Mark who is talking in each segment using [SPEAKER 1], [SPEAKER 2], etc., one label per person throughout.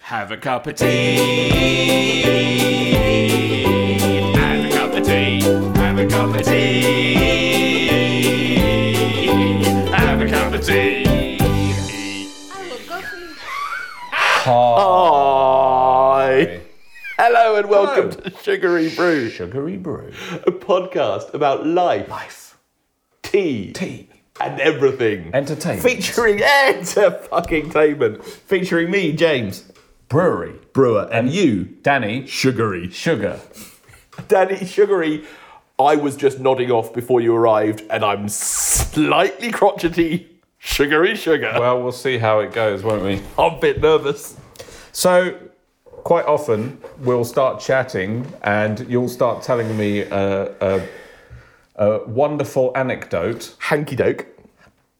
[SPEAKER 1] Have a cup of tea. Have a cup of tea. Have a cup of tea. Have a cup of tea.
[SPEAKER 2] Hi. Hello and welcome
[SPEAKER 1] Hello.
[SPEAKER 2] to Sugary Brew,
[SPEAKER 1] Sugary brew.
[SPEAKER 2] a podcast about life,
[SPEAKER 1] Life.
[SPEAKER 2] tea,
[SPEAKER 1] Tea.
[SPEAKER 2] and everything.
[SPEAKER 1] Entertainment.
[SPEAKER 2] Featuring entertainment. Featuring me, James
[SPEAKER 1] Brewery.
[SPEAKER 2] Brewer, and you,
[SPEAKER 1] Danny.
[SPEAKER 2] Sugary.
[SPEAKER 1] Sugar.
[SPEAKER 2] Danny Sugary, I was just nodding off before you arrived, and I'm slightly crotchety. Sugary sugar.
[SPEAKER 1] Well, we'll see how it goes, won't we?
[SPEAKER 2] I'm a bit nervous.
[SPEAKER 1] So, quite often we'll start chatting, and you'll start telling me a, a, a wonderful anecdote,
[SPEAKER 2] Hanky doke.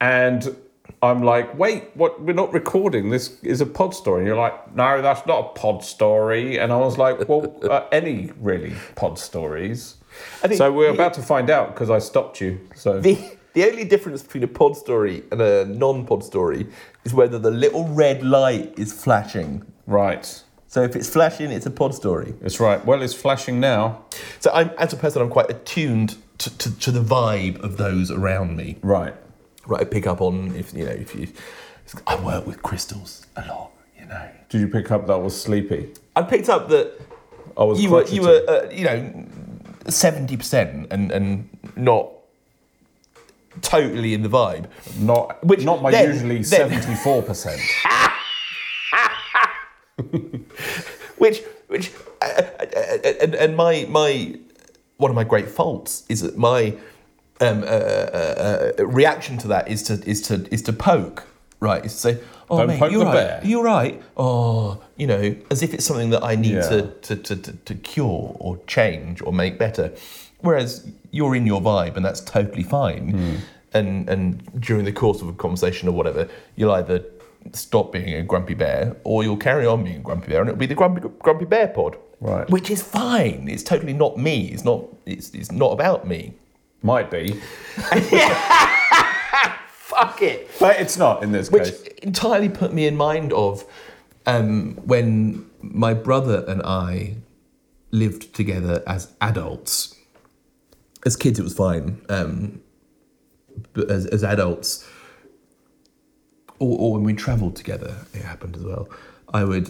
[SPEAKER 1] and I'm like, "Wait, what? We're not recording. This is a pod story." And you're like, "No, that's not a pod story." And I was like, "Well, uh, any really pod stories?"
[SPEAKER 2] I think
[SPEAKER 1] So we're
[SPEAKER 2] the-
[SPEAKER 1] about to find out because I stopped you. So
[SPEAKER 2] The, the only difference between a pod story and a non pod story is whether the little red light is flashing.
[SPEAKER 1] right,
[SPEAKER 2] So if it's flashing, it's a pod story.
[SPEAKER 1] it's right. Well, it's flashing now.
[SPEAKER 2] So I'm, as a person, I'm quite attuned to, to, to the vibe of those around me.
[SPEAKER 1] Right.
[SPEAKER 2] Right, I pick up on if you know if you. I work with crystals a lot, you know.
[SPEAKER 1] Did you pick up that I was sleepy?
[SPEAKER 2] I picked up that
[SPEAKER 1] I was.
[SPEAKER 2] you were you
[SPEAKER 1] crotchety.
[SPEAKER 2] were uh, you know seventy percent and and not totally in the vibe.
[SPEAKER 1] Not
[SPEAKER 2] Which
[SPEAKER 1] not my
[SPEAKER 2] then-
[SPEAKER 1] usually
[SPEAKER 2] then-
[SPEAKER 1] seventy four percent.
[SPEAKER 2] which which uh, uh, uh, and, and my my one of my great faults is that my um, uh, uh, uh, reaction to that is to is to is to poke right is to say oh
[SPEAKER 1] Don't
[SPEAKER 2] mate
[SPEAKER 1] poke
[SPEAKER 2] you're
[SPEAKER 1] the
[SPEAKER 2] right
[SPEAKER 1] bear."
[SPEAKER 2] you're right oh you know as if it's something that I need
[SPEAKER 1] Yeah.
[SPEAKER 2] to, to, to, to to cure or change or make better whereas you're in your vibe and that's totally fine and and during the course of a conversation or whatever you'll either stop being a grumpy bear or you'll carry on being a grumpy bear and it'll be the grumpy grumpy bear pod
[SPEAKER 1] Right.
[SPEAKER 2] which is fine it's totally not me it's not it's, it's not about me
[SPEAKER 1] Might be,
[SPEAKER 2] fuck it
[SPEAKER 1] but it's not in this
[SPEAKER 2] which
[SPEAKER 1] case.
[SPEAKER 2] entirely put me in mind of um, when my brother and I lived together as adults. As kids, it was fine. Um, but as, as adults, or, or when we travelled together, it happened as well. I would,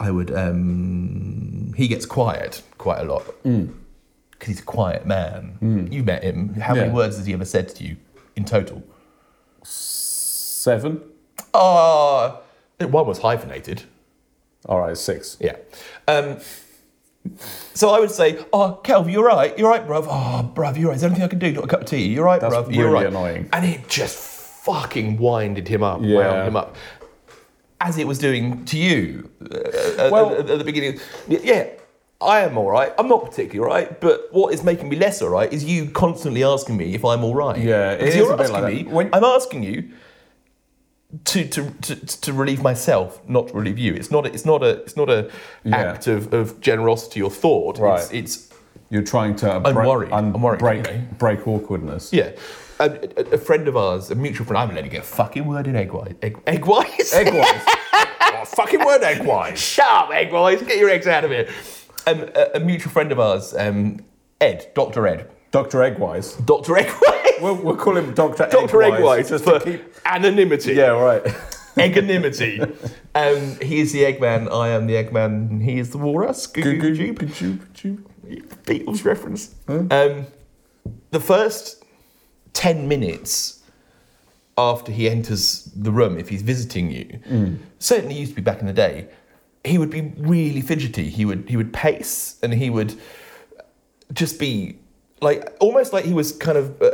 [SPEAKER 2] I would. Um, he gets quiet quite a lot because he's a quiet man. You met him. How many
[SPEAKER 1] Yeah.
[SPEAKER 2] words has he ever said to you in total?
[SPEAKER 1] Seven.
[SPEAKER 2] Ah, one was hyphenated.
[SPEAKER 1] All right, six.
[SPEAKER 2] Yeah. Um, so I would say, oh, Kelv, you're right. You're right, bruv. Oh, bruv, you're right. Is there anything I can do? Not a cup of tea. You're right,
[SPEAKER 1] That's
[SPEAKER 2] bruv. You're
[SPEAKER 1] really
[SPEAKER 2] right.
[SPEAKER 1] annoying.
[SPEAKER 2] And it just fucking winded him up,
[SPEAKER 1] Yeah.
[SPEAKER 2] wound him up. As it was doing to you uh, at-
[SPEAKER 1] Well-
[SPEAKER 2] at, at the beginning. Y- Yeah, I am all right. I'm not particularly all right, but what is making me less all right is you constantly asking me if I'm all right.
[SPEAKER 1] Yeah, it
[SPEAKER 2] Because
[SPEAKER 1] is
[SPEAKER 2] you're
[SPEAKER 1] a bit
[SPEAKER 2] asking
[SPEAKER 1] like
[SPEAKER 2] me,
[SPEAKER 1] that. When-
[SPEAKER 2] I'm asking you to, to, to, to relieve myself, not to relieve you. It's not a, it's not a it's not a act of, of generosity or thought. It's,
[SPEAKER 1] Right.
[SPEAKER 2] it's
[SPEAKER 1] You're trying to
[SPEAKER 2] I'm worried.
[SPEAKER 1] un-
[SPEAKER 2] I'm worried,
[SPEAKER 1] Break,
[SPEAKER 2] okay.
[SPEAKER 1] break awkwardness.
[SPEAKER 2] yeah. A, a, a friend of ours, a mutual friend, I haven't let him get a fucking word in egg white. Egg, egg whites?
[SPEAKER 1] Egg whites. oh, fucking word egg whites.
[SPEAKER 2] Shut up, egg whites. Get your eggs out of here. Um, a, a mutual friend of ours, um, Ed, Dr. Ed.
[SPEAKER 1] Doctor egg whites.
[SPEAKER 2] Dr. Egg White.
[SPEAKER 1] We'll, we'll call him Doctor
[SPEAKER 2] Dr. Egg White
[SPEAKER 1] Just
[SPEAKER 2] for
[SPEAKER 1] to keep.
[SPEAKER 2] anonymity.
[SPEAKER 1] Yeah, right.
[SPEAKER 2] Eganimity. um, he is the Eggman, I am the Eggman, and he is the Walrus. Goo goo goo goo. Beatles reference. Um, the first 10 minutes after he enters the room, if he's visiting you,
[SPEAKER 1] Mm.
[SPEAKER 2] certainly used to be back in the day, he would be really fidgety. He would, he would pace and he would just be like almost like he was kind of uh, uh,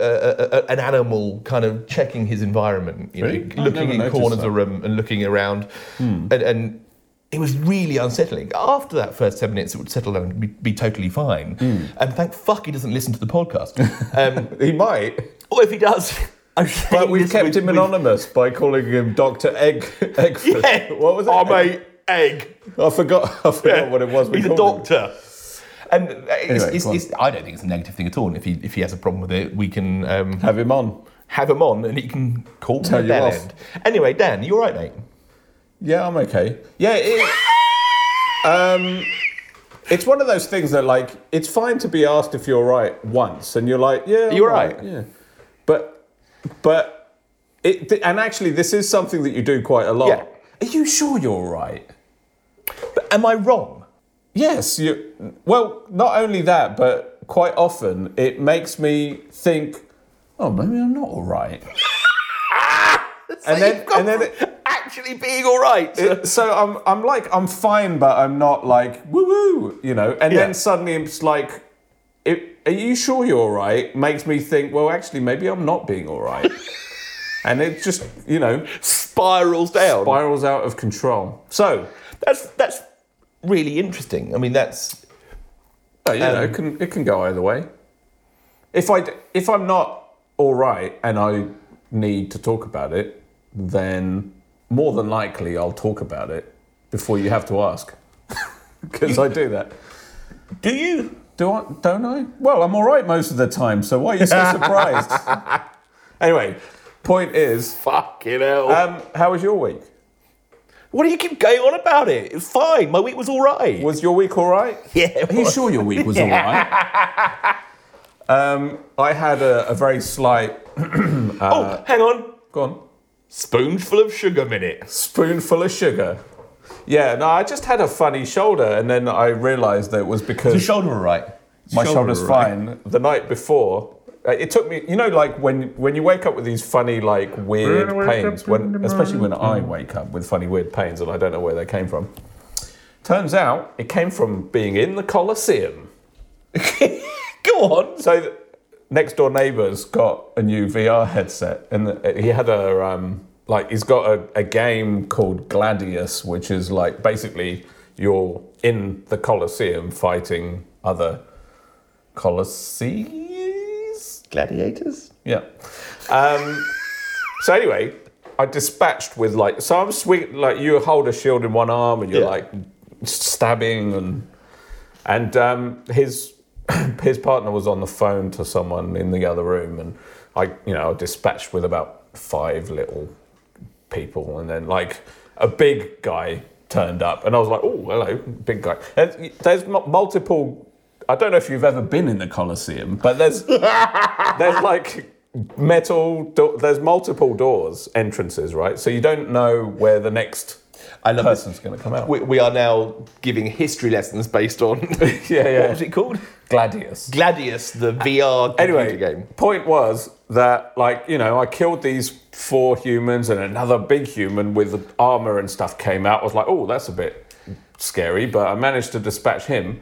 [SPEAKER 2] uh, an animal, kind of checking his environment, you
[SPEAKER 1] Really? I've
[SPEAKER 2] know,
[SPEAKER 1] never
[SPEAKER 2] looking in
[SPEAKER 1] noticed
[SPEAKER 2] corners
[SPEAKER 1] that.
[SPEAKER 2] of the room and looking around.
[SPEAKER 1] Hmm.
[SPEAKER 2] And, and it was really unsettling. After that first 10 minutes, it would settle down and be, be totally fine.
[SPEAKER 1] Hmm.
[SPEAKER 2] And thank fuck he doesn't listen to the podcast. Um,
[SPEAKER 1] He might,
[SPEAKER 2] or if he does, I'm
[SPEAKER 1] but
[SPEAKER 2] saying
[SPEAKER 1] we've
[SPEAKER 2] this
[SPEAKER 1] kept
[SPEAKER 2] with-
[SPEAKER 1] him
[SPEAKER 2] with-
[SPEAKER 1] anonymous by calling him Doctor Egg. Eggford.
[SPEAKER 2] Yeah.
[SPEAKER 1] What was it?
[SPEAKER 2] Oh, mate, egg.
[SPEAKER 1] I forgot. I forgot what it was. We
[SPEAKER 2] He's a
[SPEAKER 1] called him.
[SPEAKER 2] doctor. And uh, it's,
[SPEAKER 1] Anyway,
[SPEAKER 2] it's,
[SPEAKER 1] go on.
[SPEAKER 2] it's, I don't think it's a negative thing at all. And if he, if he has a problem with it, we can um,
[SPEAKER 1] Have him on.
[SPEAKER 2] have him on and he can call me
[SPEAKER 1] Tell
[SPEAKER 2] at
[SPEAKER 1] you
[SPEAKER 2] that
[SPEAKER 1] off.
[SPEAKER 2] end. Anyway, Dan, you all right, mate?
[SPEAKER 1] Yeah, I'm okay. Yeah, it, Um, it's one of those things that, like, it's fine to be asked if you're right once, and you're like, yeah, I'm
[SPEAKER 2] You're right.
[SPEAKER 1] yeah. But, but, it, th- and actually, this is something that you do quite a lot.
[SPEAKER 2] Yeah.
[SPEAKER 1] Are you sure you're right?
[SPEAKER 2] But am I wrong?
[SPEAKER 1] Yes, you. Well, not only that, but quite often it makes me think, oh, maybe I'm not all right. then-
[SPEAKER 2] and then, and
[SPEAKER 1] and then
[SPEAKER 2] then actually being all right.
[SPEAKER 1] so I'm, I'm like, I'm fine, but I'm not like woo woo, you know. And
[SPEAKER 2] Yeah.
[SPEAKER 1] then suddenly it's like, it, are you sure you're all right? Makes me think, well, actually, maybe I'm not being all right. and it just, you know,
[SPEAKER 2] spirals down.
[SPEAKER 1] spirals out of control. So,
[SPEAKER 2] that's that's really interesting. I mean, that's
[SPEAKER 1] uh, you know, it can it can go either way. If I d- if I'm not all right and I need to talk about it, then more than likely I'll talk about it before you have to ask, because I do that.
[SPEAKER 2] do you?
[SPEAKER 1] Do I? Don't I? Well, I'm all right most of the time, so why are you so surprised? anyway, point is,
[SPEAKER 2] Fucking hell!
[SPEAKER 1] um, how was your week?
[SPEAKER 2] Uh, what do you keep going on about it? It's fine. My week was all right.
[SPEAKER 1] Was your week all right?
[SPEAKER 2] Yeah, it
[SPEAKER 1] Are you
[SPEAKER 2] was.
[SPEAKER 1] sure your week was all right? um, I had a, a very slight.
[SPEAKER 2] oh, hang on.
[SPEAKER 1] Go on.
[SPEAKER 2] Spoonful of sugar minute.
[SPEAKER 1] Spoonful of sugar. Yeah, no, I just had a funny shoulder, and then I realised that it was because
[SPEAKER 2] shoulder all right?
[SPEAKER 1] my shoulder's fine. The night before, uh, it took me. You know, like when when you wake up with these funny, like weird
[SPEAKER 2] When I wake
[SPEAKER 1] pains.
[SPEAKER 2] up in the
[SPEAKER 1] When especially when I wake up with funny, weird pains, and I don't know where they came from. Turns out it came from being in the Colosseum.
[SPEAKER 2] Go on.
[SPEAKER 1] So th- next door neighbour's got a new VR headset, and th- he had a um, like he's got a, a game called Gladius, which is like basically you're in the Colosseum fighting other Colossees.
[SPEAKER 2] Gladiators.
[SPEAKER 1] Yeah. Um, so anyway, I dispatched with like so I'm swing like you hold a shield in one arm and you're
[SPEAKER 2] Yeah.
[SPEAKER 1] like stabbing and and um, his his partner was on the phone to someone in the other room and I you know I dispatched with about five little people and then like a big guy turned up and I was like oh hello big guy and there's m- multiple I don't know if you've ever been in the Colosseum but there's there's like metal do- there's multiple doors entrances right so you don't know where the next
[SPEAKER 2] I love this.
[SPEAKER 1] person's going to come out
[SPEAKER 2] We, we are now giving history lessons based on
[SPEAKER 1] Yeah, yeah.
[SPEAKER 2] What was it called?
[SPEAKER 1] gladius
[SPEAKER 2] Gladius, the VR computer
[SPEAKER 1] anyway
[SPEAKER 2] game.
[SPEAKER 1] point was that like you know i killed these four humans and another big human with armor and stuff came out I was like oh that's a bit scary but i managed to dispatch him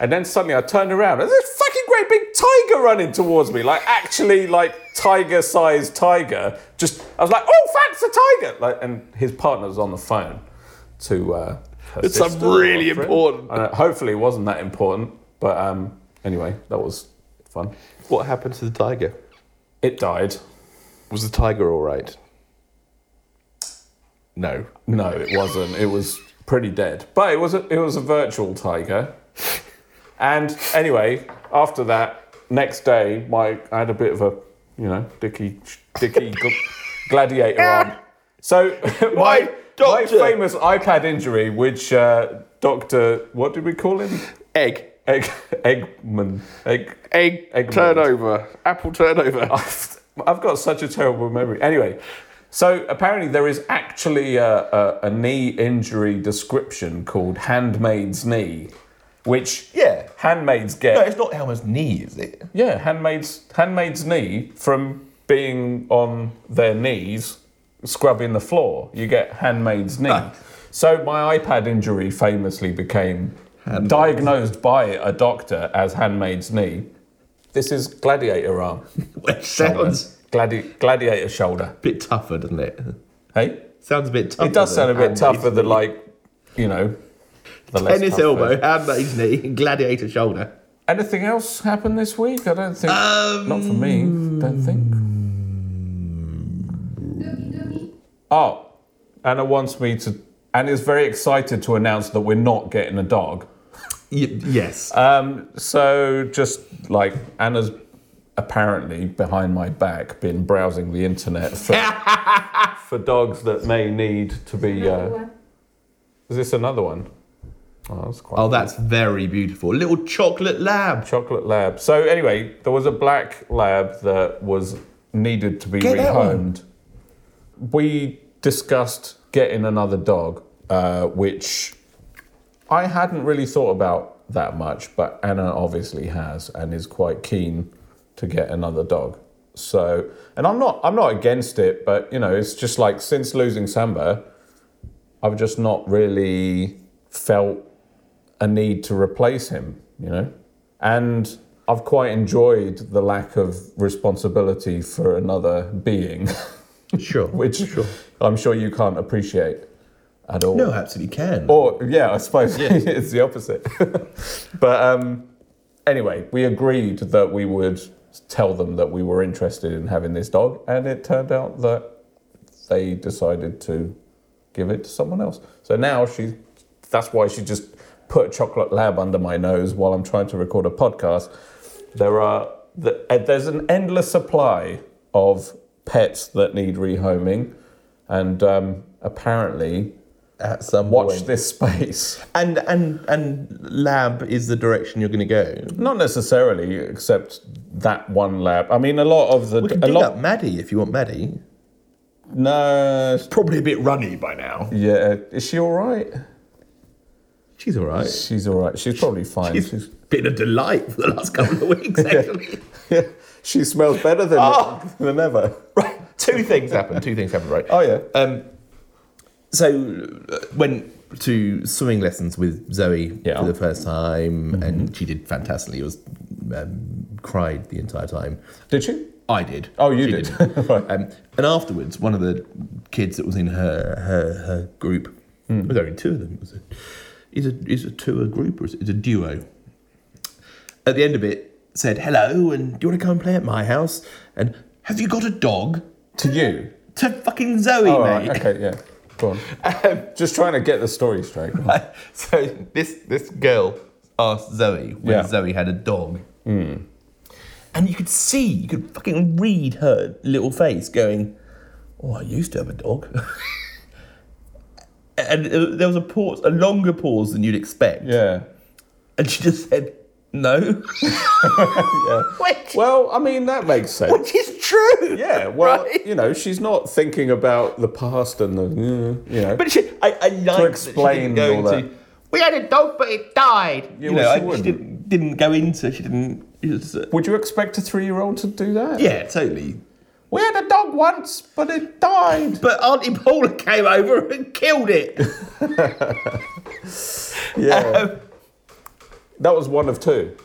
[SPEAKER 1] and then suddenly i turned around and there's a fucking great big tiger running towards me like actually like tiger sized tiger just i was like oh that's a tiger like and his partner's on the phone to uh her
[SPEAKER 2] It's, um,
[SPEAKER 1] sister or
[SPEAKER 2] really
[SPEAKER 1] her friend.
[SPEAKER 2] important.
[SPEAKER 1] And, uh, hopefully it wasn't that important but um anyway that was fun
[SPEAKER 2] What happened to the tiger?
[SPEAKER 1] it died.
[SPEAKER 2] Was the tiger all right? No.
[SPEAKER 1] No, it wasn't. It was pretty dead. But it was a, it was a virtual tiger. And anyway, after that, next day, my I had a bit of a you know dicky dicky gl- gladiator arm. So
[SPEAKER 2] My
[SPEAKER 1] my my
[SPEAKER 2] doctor.
[SPEAKER 1] famous iPad injury, which uh, Doctor, what did we call him?
[SPEAKER 2] Egg.
[SPEAKER 1] Egg Eggman Egg.
[SPEAKER 2] Egg,
[SPEAKER 1] Egg
[SPEAKER 2] turnover. Apple turnover.
[SPEAKER 1] I've, I've got such a terrible memory. Anyway, so apparently there is actually a, a, a knee injury description called handmaid's knee, which
[SPEAKER 2] Yeah.
[SPEAKER 1] handmaids get.
[SPEAKER 2] No, it's not Elmer's knee, is it?
[SPEAKER 1] Yeah, handmaid's handmaid's knee from being on their knees scrubbing the floor. You get handmaid's knee.
[SPEAKER 2] Ah.
[SPEAKER 1] So my iPad injury famously became diagnosed by a doctor as handmaid's knee. This is gladiator arm.
[SPEAKER 2] It sounds
[SPEAKER 1] Gladi- gladiator shoulder.
[SPEAKER 2] a bit tougher, doesn't it?
[SPEAKER 1] Hey?
[SPEAKER 2] Sounds a bit tougher.
[SPEAKER 1] It does sound a bit
[SPEAKER 2] than
[SPEAKER 1] tougher than like, you know, the less
[SPEAKER 3] Tennis
[SPEAKER 1] tough
[SPEAKER 3] elbow,
[SPEAKER 1] version.
[SPEAKER 3] handmaid's knee, gladiator shoulder.
[SPEAKER 1] Anything else happened this week? I don't think. not for me. Don't think. Oh, Anna wants me to. Anna's very excited to announce that we're not getting a dog.
[SPEAKER 3] Y- yes.
[SPEAKER 1] Um, so just like Anna's apparently behind my back been browsing the internet for for dogs that may need to be. Uh, is this another one? Oh, that's quite
[SPEAKER 2] Oh, that's very beautiful. Little chocolate lab.
[SPEAKER 1] Chocolate lab. So anyway, there was a black lab that was needed to be
[SPEAKER 2] Get that one.
[SPEAKER 1] rehomed. We discussed getting another dog, uh, which I hadn't really thought about that much, but Anna obviously has and is quite keen to get another dog. So, and I'm not, I'm not against it, but you know, it's just like since losing Samba, I've just not really felt a need to replace him, you know? And I've quite enjoyed the lack of responsibility for another being,
[SPEAKER 2] Sure.
[SPEAKER 1] which
[SPEAKER 2] Sure.
[SPEAKER 1] I'm sure you can't appreciate at all.
[SPEAKER 2] No, absolutely can.
[SPEAKER 1] Or, yeah, I suppose it's the opposite. but um, anyway, we agreed that we would tell them that we were interested in having this dog, and it turned out that they decided to give it to someone else. So now she, that's why she just put a chocolate lab under my nose while I'm trying to record a podcast. There are the, uh, there's an endless supply of pets that need rehoming, and um, apparently,
[SPEAKER 2] At some
[SPEAKER 1] watch
[SPEAKER 2] point.
[SPEAKER 1] this space.
[SPEAKER 2] And and and lab is the direction you're going to go.
[SPEAKER 1] Not necessarily, except that one lab. I mean, a lot of the
[SPEAKER 2] We can
[SPEAKER 1] a
[SPEAKER 2] dig
[SPEAKER 1] lot.
[SPEAKER 2] up Maddie if you want Maddie.
[SPEAKER 1] No,
[SPEAKER 2] Probably a bit runny by now.
[SPEAKER 1] yeah. Is she all right?
[SPEAKER 2] She's all right.
[SPEAKER 1] She's all right. She's probably fine.
[SPEAKER 2] She's been a delight for the last couple of weeks, actually.
[SPEAKER 1] Yeah, she smells better than,
[SPEAKER 4] Ah!
[SPEAKER 1] than ever.
[SPEAKER 4] Right. Two things happened. Two things happened, right?
[SPEAKER 1] Oh yeah.
[SPEAKER 2] Um, so uh, went to swimming lessons with Zoe
[SPEAKER 1] Yeah. Mm-hmm.
[SPEAKER 2] for the first time, and she did fantastically. It was um, cried the entire time.
[SPEAKER 1] Did she?
[SPEAKER 2] I did.
[SPEAKER 1] Oh, you did. Right.
[SPEAKER 2] Um, and afterwards, one of the kids that was in her her, her group,
[SPEAKER 1] Hmm.
[SPEAKER 2] there was only two of them. It was a, is a is a tour group or is it it's a duo? At the end of it, said hello and do you want to come and play at my house? And have you got a dog?
[SPEAKER 1] To you.
[SPEAKER 2] To fucking Zoe,
[SPEAKER 1] All
[SPEAKER 2] mate.
[SPEAKER 1] right. Okay. Yeah. Go on.
[SPEAKER 2] Um,
[SPEAKER 1] Just trying to get the story straight.
[SPEAKER 2] so
[SPEAKER 4] This this girl
[SPEAKER 2] asked Zoe when
[SPEAKER 1] Yeah. Hmm.
[SPEAKER 2] Zoe had a dog. And you could see, you could fucking read her little face going, Oh, I used to have a dog. and uh, there was a pause, a longer pause than you'd expect.
[SPEAKER 1] Yeah.
[SPEAKER 2] And she just said, No. Which,
[SPEAKER 1] Well, I mean that makes sense.
[SPEAKER 2] which is true.
[SPEAKER 1] Yeah. Well,
[SPEAKER 2] Right?
[SPEAKER 1] you know, she's not thinking about the past and the mm, you know.
[SPEAKER 2] But she, I, I like
[SPEAKER 1] explain
[SPEAKER 2] that she didn't
[SPEAKER 1] all
[SPEAKER 2] go into, We had a dog, but it died.
[SPEAKER 1] Yeah,
[SPEAKER 2] you
[SPEAKER 1] well, she
[SPEAKER 2] know, I, she
[SPEAKER 1] wouldn't.
[SPEAKER 2] didn't, didn't go into, she didn't. She was, uh,
[SPEAKER 1] Would you expect a three-year-old to do that?
[SPEAKER 2] yeah, totally.
[SPEAKER 1] We had a dog once, but it died.
[SPEAKER 2] But Auntie Paula came over and killed it.
[SPEAKER 1] Yeah. that was one of two.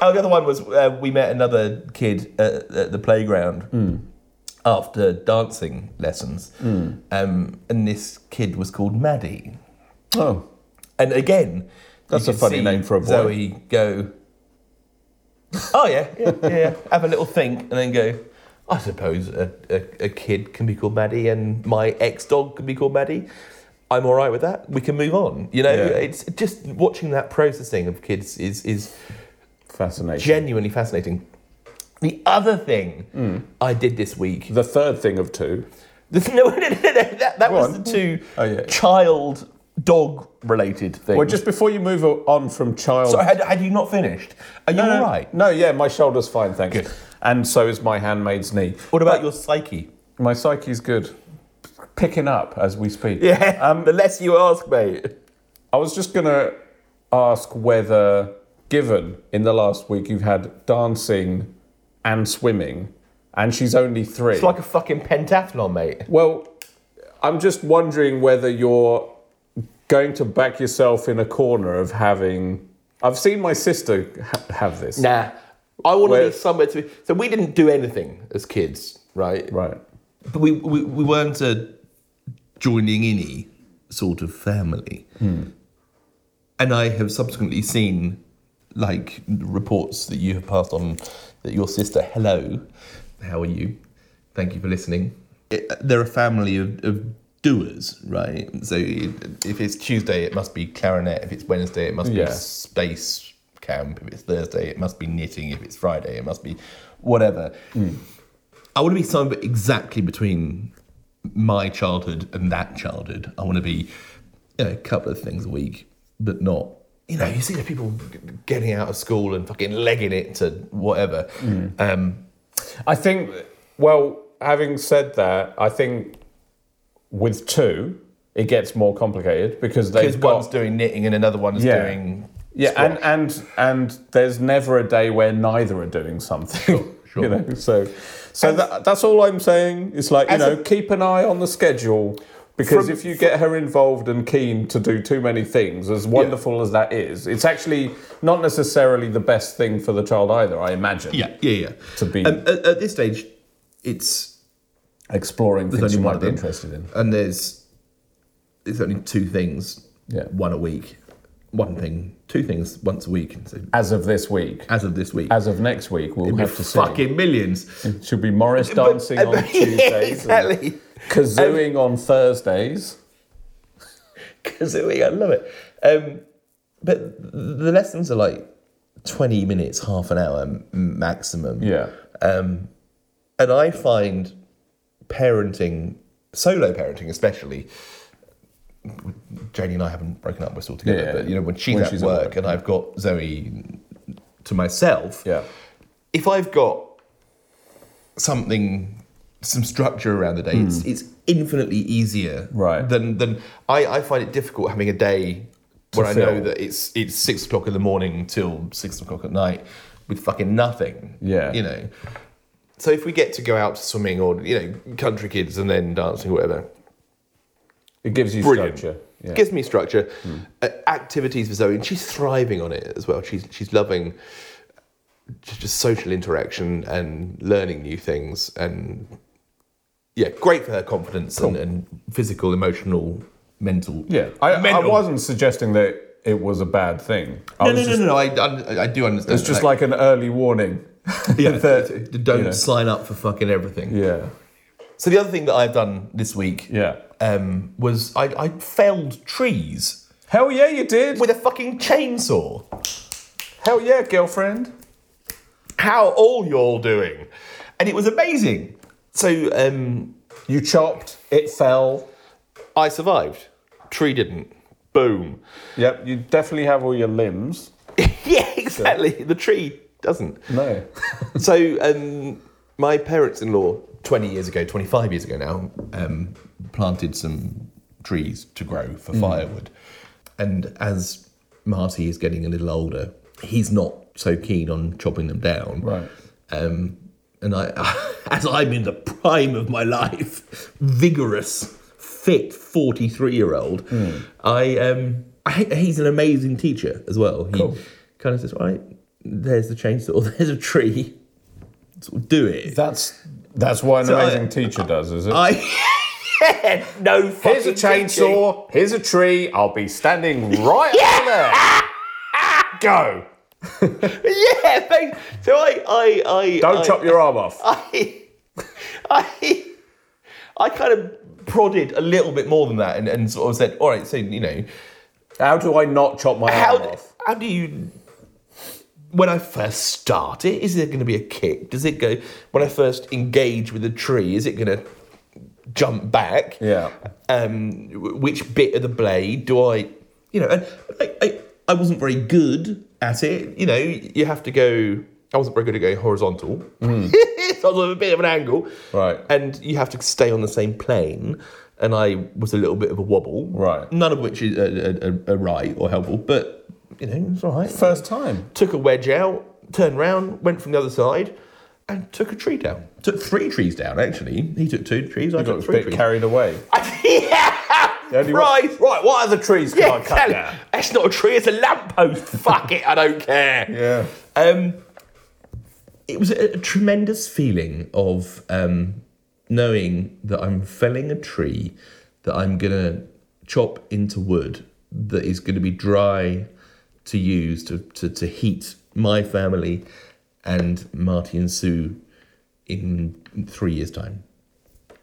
[SPEAKER 2] Oh, the other one was uh, we met another kid at, at the playground after dancing lessons, um, and this kid was called Maddie.
[SPEAKER 1] Oh.
[SPEAKER 2] And again,
[SPEAKER 1] That's
[SPEAKER 2] you
[SPEAKER 1] a
[SPEAKER 2] could
[SPEAKER 1] funny
[SPEAKER 2] see
[SPEAKER 1] name for a boy.
[SPEAKER 2] Zoe go. Oh yeah, yeah, yeah, yeah. Have a little think, and then go. I suppose a, a, a kid can be called Maddie, and my ex dog can be called Maddie. I'm all right with that. We can move on. You know,
[SPEAKER 1] Yeah.
[SPEAKER 2] it's just watching that processing of kids is is
[SPEAKER 1] Fascinating.
[SPEAKER 2] genuinely fascinating. The other thing
[SPEAKER 1] Hmm.
[SPEAKER 2] I did this week,
[SPEAKER 1] the third thing of two.
[SPEAKER 2] no, no, no, no, that, that
[SPEAKER 1] Go
[SPEAKER 2] was
[SPEAKER 1] on.
[SPEAKER 2] the two
[SPEAKER 1] Oh, yeah.
[SPEAKER 2] child dog related things.
[SPEAKER 1] Well, just before you move on from child.
[SPEAKER 2] Sorry, had, had you not finished? Are you
[SPEAKER 1] no,
[SPEAKER 2] all
[SPEAKER 1] no,
[SPEAKER 2] right?
[SPEAKER 1] No, yeah, my shoulder's fine, thank you.
[SPEAKER 2] Good.
[SPEAKER 1] And so is my handmaid's knee.
[SPEAKER 2] What about your psyche?
[SPEAKER 1] My psyche's good. Picking up as we speak.
[SPEAKER 2] Yeah, the less you ask, mate.
[SPEAKER 1] I was just going to ask whether, given in the last week you've had dancing and swimming, and she's only three.
[SPEAKER 2] It's like a fucking pentathlon, mate.
[SPEAKER 1] Well, I'm just wondering whether you're going to back yourself in a corner of having. I've seen my sister ha- have this.
[SPEAKER 4] Nah. I want to
[SPEAKER 1] Where-
[SPEAKER 4] be somewhere to be. So we didn't do anything as kids, right?
[SPEAKER 1] Right.
[SPEAKER 2] But we, we, we weren't a joining any sort of family. And I have subsequently seen like reports that you have passed on that your sister, hello, how are you? Thank you for listening. It, they're a family of, of doers, right? So if it's Tuesday, it must be clarinet. If it's Wednesday, it must
[SPEAKER 1] Yeah.
[SPEAKER 2] be space camp. If it's Thursday, it must be knitting. If it's Friday, it must be whatever. I want to be somewhere exactly between my childhood and that childhood. I want to be you know, a couple of things a week, but not.
[SPEAKER 5] you know, you see the people getting out of school and fucking legging it to whatever.
[SPEAKER 1] Mm.
[SPEAKER 5] Um,
[SPEAKER 1] I think, well, having said that, I think with two, it gets more complicated because
[SPEAKER 5] because
[SPEAKER 1] they've got.
[SPEAKER 5] one's doing knitting and another one's
[SPEAKER 1] Yeah.
[SPEAKER 5] doing.
[SPEAKER 1] yeah, and, and and there's never a day where neither are doing something.
[SPEAKER 2] sure.
[SPEAKER 1] You know, so so that, that's all I'm saying. It's like you
[SPEAKER 5] As a-
[SPEAKER 1] know, keep an eye on the schedule because
[SPEAKER 5] From-
[SPEAKER 1] if you get her involved and keen to do too many things, as wonderful as that is, it's actually not necessarily the best thing for the child either. I imagine.
[SPEAKER 2] Yeah, yeah, yeah.
[SPEAKER 1] To be-
[SPEAKER 2] um, at, at this stage, it's
[SPEAKER 1] Exploring
[SPEAKER 2] there's
[SPEAKER 1] things
[SPEAKER 2] only
[SPEAKER 1] you
[SPEAKER 2] one
[SPEAKER 1] might
[SPEAKER 2] of
[SPEAKER 1] be
[SPEAKER 2] them,
[SPEAKER 1] interested in.
[SPEAKER 2] and there's there's only two things.
[SPEAKER 1] Yeah.
[SPEAKER 2] one a week, one thing, two things once a week. So
[SPEAKER 1] As of this week,
[SPEAKER 2] as of this week,
[SPEAKER 1] as of next week, we'll have to see.
[SPEAKER 2] fucking millions.
[SPEAKER 1] It should be Morris dancing on
[SPEAKER 5] Yeah,
[SPEAKER 1] Tuesdays, and
[SPEAKER 5] exactly.
[SPEAKER 1] kazooing on Thursdays.
[SPEAKER 2] Kazooie, I love it. Um, but the lessons are like twenty minutes, half an hour m- maximum.
[SPEAKER 1] Yeah,
[SPEAKER 2] Um, and I find parenting, solo parenting especially, Janie and I haven't broken up, we're still together,
[SPEAKER 1] Yeah.
[SPEAKER 2] but you know, when she's
[SPEAKER 1] When
[SPEAKER 2] at
[SPEAKER 1] she's at
[SPEAKER 2] work,
[SPEAKER 1] work,
[SPEAKER 2] and I've got Zoe to myself,
[SPEAKER 1] yeah,
[SPEAKER 5] If I've got
[SPEAKER 2] something, some structure around the day, it's, it's infinitely easier
[SPEAKER 1] Hmm. Right.
[SPEAKER 2] than, than I, I find it difficult having a day where I know
[SPEAKER 1] fill.
[SPEAKER 2] that it's it's six o'clock in the morning till six o'clock at night with fucking nothing.
[SPEAKER 1] Yeah.
[SPEAKER 2] You know.
[SPEAKER 5] So if we get to go out swimming or you know country kids and then dancing or whatever,
[SPEAKER 1] it gives you
[SPEAKER 5] brilliant.
[SPEAKER 1] structure. Yeah.
[SPEAKER 5] Gives me structure. Uh, activities for Zoe, and she's thriving on it as well. She's she's loving just, just social interaction and learning new things, and yeah, great for her confidence and, and physical, emotional.
[SPEAKER 2] Mental.
[SPEAKER 1] yeah, I, I
[SPEAKER 2] Mental.
[SPEAKER 1] wasn't suggesting that it was a bad thing. I
[SPEAKER 2] No,
[SPEAKER 1] was
[SPEAKER 2] no,
[SPEAKER 1] just,
[SPEAKER 2] no, no, no. I, I, I do understand.
[SPEAKER 1] It's just like an early warning.
[SPEAKER 2] yeah,
[SPEAKER 1] that,
[SPEAKER 2] d- don't
[SPEAKER 1] you know.
[SPEAKER 2] sign up for fucking everything.
[SPEAKER 1] Yeah,
[SPEAKER 2] So the other thing that I've done this week
[SPEAKER 1] yeah.
[SPEAKER 2] um, was I, I felled trees
[SPEAKER 1] Hell yeah, you did.
[SPEAKER 2] with a fucking chainsaw.
[SPEAKER 1] Hell yeah, girlfriend.
[SPEAKER 5] How all y'all doing?
[SPEAKER 2] and it was amazing.
[SPEAKER 5] So um,
[SPEAKER 1] You chopped. It fell.
[SPEAKER 5] I survived. Tree didn't. Boom.
[SPEAKER 1] Yep. You definitely have all your limbs.
[SPEAKER 5] yeah, exactly. The tree doesn't.
[SPEAKER 1] No.
[SPEAKER 5] so um, my parents-in-law
[SPEAKER 2] 20 years ago, 25 years ago now, um, planted some trees to grow for
[SPEAKER 1] Mm.
[SPEAKER 2] firewood. And as Marty is getting a little older, he's not so keen on chopping them down.
[SPEAKER 1] Right.
[SPEAKER 2] Um, and I, as I'm in the prime of my life, vigorous, fit 43 year old,
[SPEAKER 1] Hmm.
[SPEAKER 2] I, um, I, he's an amazing teacher as well. He
[SPEAKER 1] Cool.
[SPEAKER 2] kind of says, right, there's the chainsaw, there's a tree, sort of do it.
[SPEAKER 1] That's that's what an
[SPEAKER 2] So I-
[SPEAKER 1] amazing teacher does, is it?
[SPEAKER 2] I
[SPEAKER 5] no
[SPEAKER 1] Here's a chainsaw. Here's a tree. I'll be standing right over there. Go.
[SPEAKER 5] yeah thanks. so i i i
[SPEAKER 1] Don't
[SPEAKER 5] I,
[SPEAKER 1] chop your arm off.
[SPEAKER 5] I, I i kind of prodded a little bit more than that and, and sort of said all right so you know
[SPEAKER 1] How do I not chop my
[SPEAKER 5] how,
[SPEAKER 1] arm
[SPEAKER 5] d-
[SPEAKER 1] off?
[SPEAKER 5] how do you when I first start it, is there going to be a kick? Does it go when I first engage with a tree? Is it going to jump back?
[SPEAKER 1] Yeah.
[SPEAKER 5] Um, w- which bit of the blade do I?
[SPEAKER 2] you know, and I, I, I wasn't very good at it.
[SPEAKER 5] You know, you have to go. I wasn't very good at going horizontal. so I was on a bit of an angle.
[SPEAKER 1] Mm. Right.
[SPEAKER 5] And you have to stay on the same plane. And I was a little bit of a wobble.
[SPEAKER 1] Right.
[SPEAKER 2] None of which is uh, uh, uh, uh, right or helpful, but you know, it's all right.
[SPEAKER 1] First time.
[SPEAKER 5] Took a wedge out, turned round, went from the other side, and took a tree down.
[SPEAKER 2] Took three trees down actually. He took two trees. I
[SPEAKER 1] Got
[SPEAKER 2] took
[SPEAKER 1] a
[SPEAKER 2] three
[SPEAKER 1] bit
[SPEAKER 2] trees.
[SPEAKER 1] carried away. The
[SPEAKER 5] yeah!
[SPEAKER 1] only one-
[SPEAKER 5] Right!
[SPEAKER 1] Right. What other trees can
[SPEAKER 5] Yeah,
[SPEAKER 1] I cut
[SPEAKER 5] exactly.
[SPEAKER 1] down?
[SPEAKER 5] That's not a tree, it's a lamppost. Fuck it, I don't care.
[SPEAKER 1] Yeah.
[SPEAKER 2] um, it was a, a tremendous feeling of um, knowing that I'm felling a tree that I'm gonna chop into wood that is gonna be dry to use to, to, to heat my family and Marty and Sue in three years' time.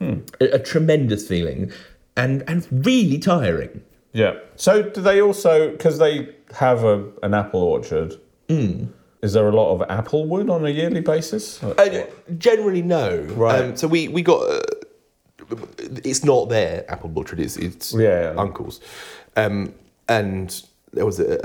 [SPEAKER 2] A, a tremendous feeling and, and really tiring.
[SPEAKER 1] Yeah. So do they also because they have a, an apple orchard? Hmm. Is there a lot of apple wood on a yearly basis?
[SPEAKER 5] Uh, generally, no.
[SPEAKER 1] Right.
[SPEAKER 2] Um,
[SPEAKER 5] so we we got. Uh, it's not their apple orchard. It's it's
[SPEAKER 1] Yeah, yeah.
[SPEAKER 5] uncle's, um, and
[SPEAKER 2] there was a,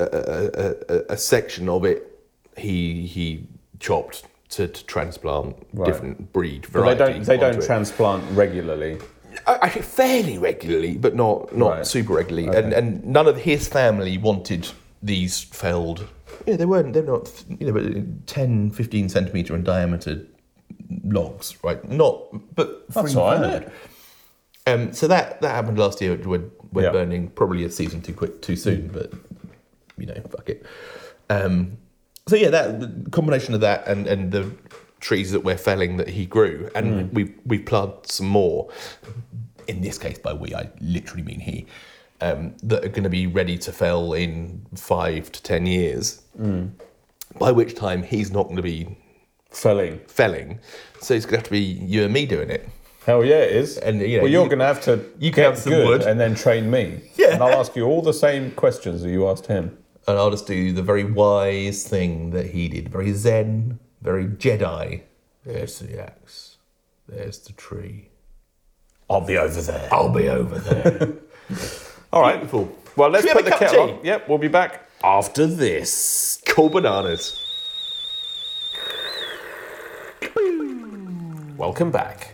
[SPEAKER 2] a, a, a, a section of it he he chopped to, to transplant
[SPEAKER 1] Right.
[SPEAKER 2] different breed
[SPEAKER 1] But they
[SPEAKER 2] varieties.
[SPEAKER 1] don't they don't
[SPEAKER 2] onto it.
[SPEAKER 1] transplant regularly.
[SPEAKER 2] I I think fairly regularly, but not not
[SPEAKER 1] Right.
[SPEAKER 2] super regularly. And and none of his family wanted these felled. Yeah, they weren't. They're not. You know, but 10, 15 centimeter in diameter logs, right? Not, but
[SPEAKER 1] That's
[SPEAKER 2] free
[SPEAKER 1] all right,
[SPEAKER 2] felled.
[SPEAKER 1] isn't it?
[SPEAKER 2] Um, so that that happened last year when when
[SPEAKER 1] Yeah.
[SPEAKER 2] burning probably a season too quick too soon, but you know, fuck it. Um, so yeah, that the combination of that and and the trees that we're felling that he grew, and we we planted some more. In this case, by we, I literally mean he. Um, that are going to be ready to fell in five to ten years, by which time he's not going to be
[SPEAKER 1] Felling.
[SPEAKER 2] felling, so it's going to have to be you and me doing it.
[SPEAKER 1] Hell yeah, it is.
[SPEAKER 2] And, you know,
[SPEAKER 1] well, you're
[SPEAKER 2] you-
[SPEAKER 1] going to have to
[SPEAKER 2] you can
[SPEAKER 1] get
[SPEAKER 2] have some
[SPEAKER 1] good
[SPEAKER 2] wood.
[SPEAKER 1] and then train me.
[SPEAKER 2] Yeah.
[SPEAKER 1] And I'll ask you all the same questions that you asked him.
[SPEAKER 2] and I'll just do the very wise thing that he did, very Zen, very Jedi. There's the axe. There's the tree.
[SPEAKER 1] I'll be over there.
[SPEAKER 2] I'll be over there.
[SPEAKER 1] All right.
[SPEAKER 2] Beautiful.
[SPEAKER 1] Well, let's
[SPEAKER 2] Should we
[SPEAKER 1] put
[SPEAKER 2] have
[SPEAKER 1] the
[SPEAKER 2] a cup of
[SPEAKER 1] kettle
[SPEAKER 2] tea?
[SPEAKER 1] on. Yep, we'll be back after this.
[SPEAKER 2] Cool bananas.
[SPEAKER 1] Welcome back.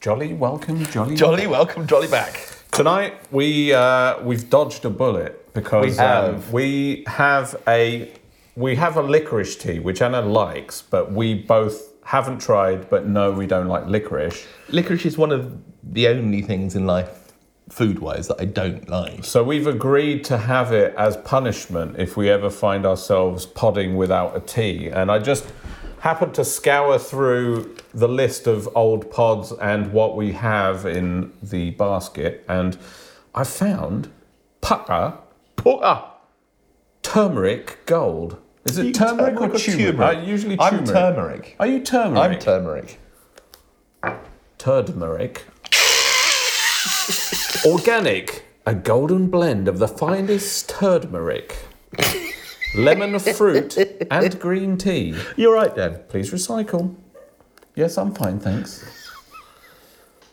[SPEAKER 1] Jolly welcome, jolly.
[SPEAKER 2] Jolly welcome, jolly back.
[SPEAKER 1] Tonight we uh, we've dodged a bullet because
[SPEAKER 2] We have.
[SPEAKER 1] Um, we have a we have a licorice tea which Anna likes, but we both haven't tried. But no, we don't like licorice.
[SPEAKER 2] Licorice is one of the only things in life, food-wise, that I don't like.
[SPEAKER 1] So we've agreed to have it as punishment if we ever find ourselves podding without a tea. And I just happened to scour through the list of old pods and what we have in the basket, and I found pucker, pucker, turmeric gold. Is it
[SPEAKER 2] You
[SPEAKER 1] turmeric,
[SPEAKER 2] turmeric
[SPEAKER 1] or
[SPEAKER 2] or
[SPEAKER 1] turmeric?
[SPEAKER 2] turmeric?
[SPEAKER 1] I usually
[SPEAKER 2] I'm
[SPEAKER 1] turmeric.
[SPEAKER 2] turmeric.
[SPEAKER 1] Are you turmeric?
[SPEAKER 2] I'm turmeric.
[SPEAKER 1] turmeric. Organic, a golden blend of the finest turmeric, lemon fruit, and green tea.
[SPEAKER 2] You're right, Dan.
[SPEAKER 1] Please recycle. Yes, I'm fine, thanks.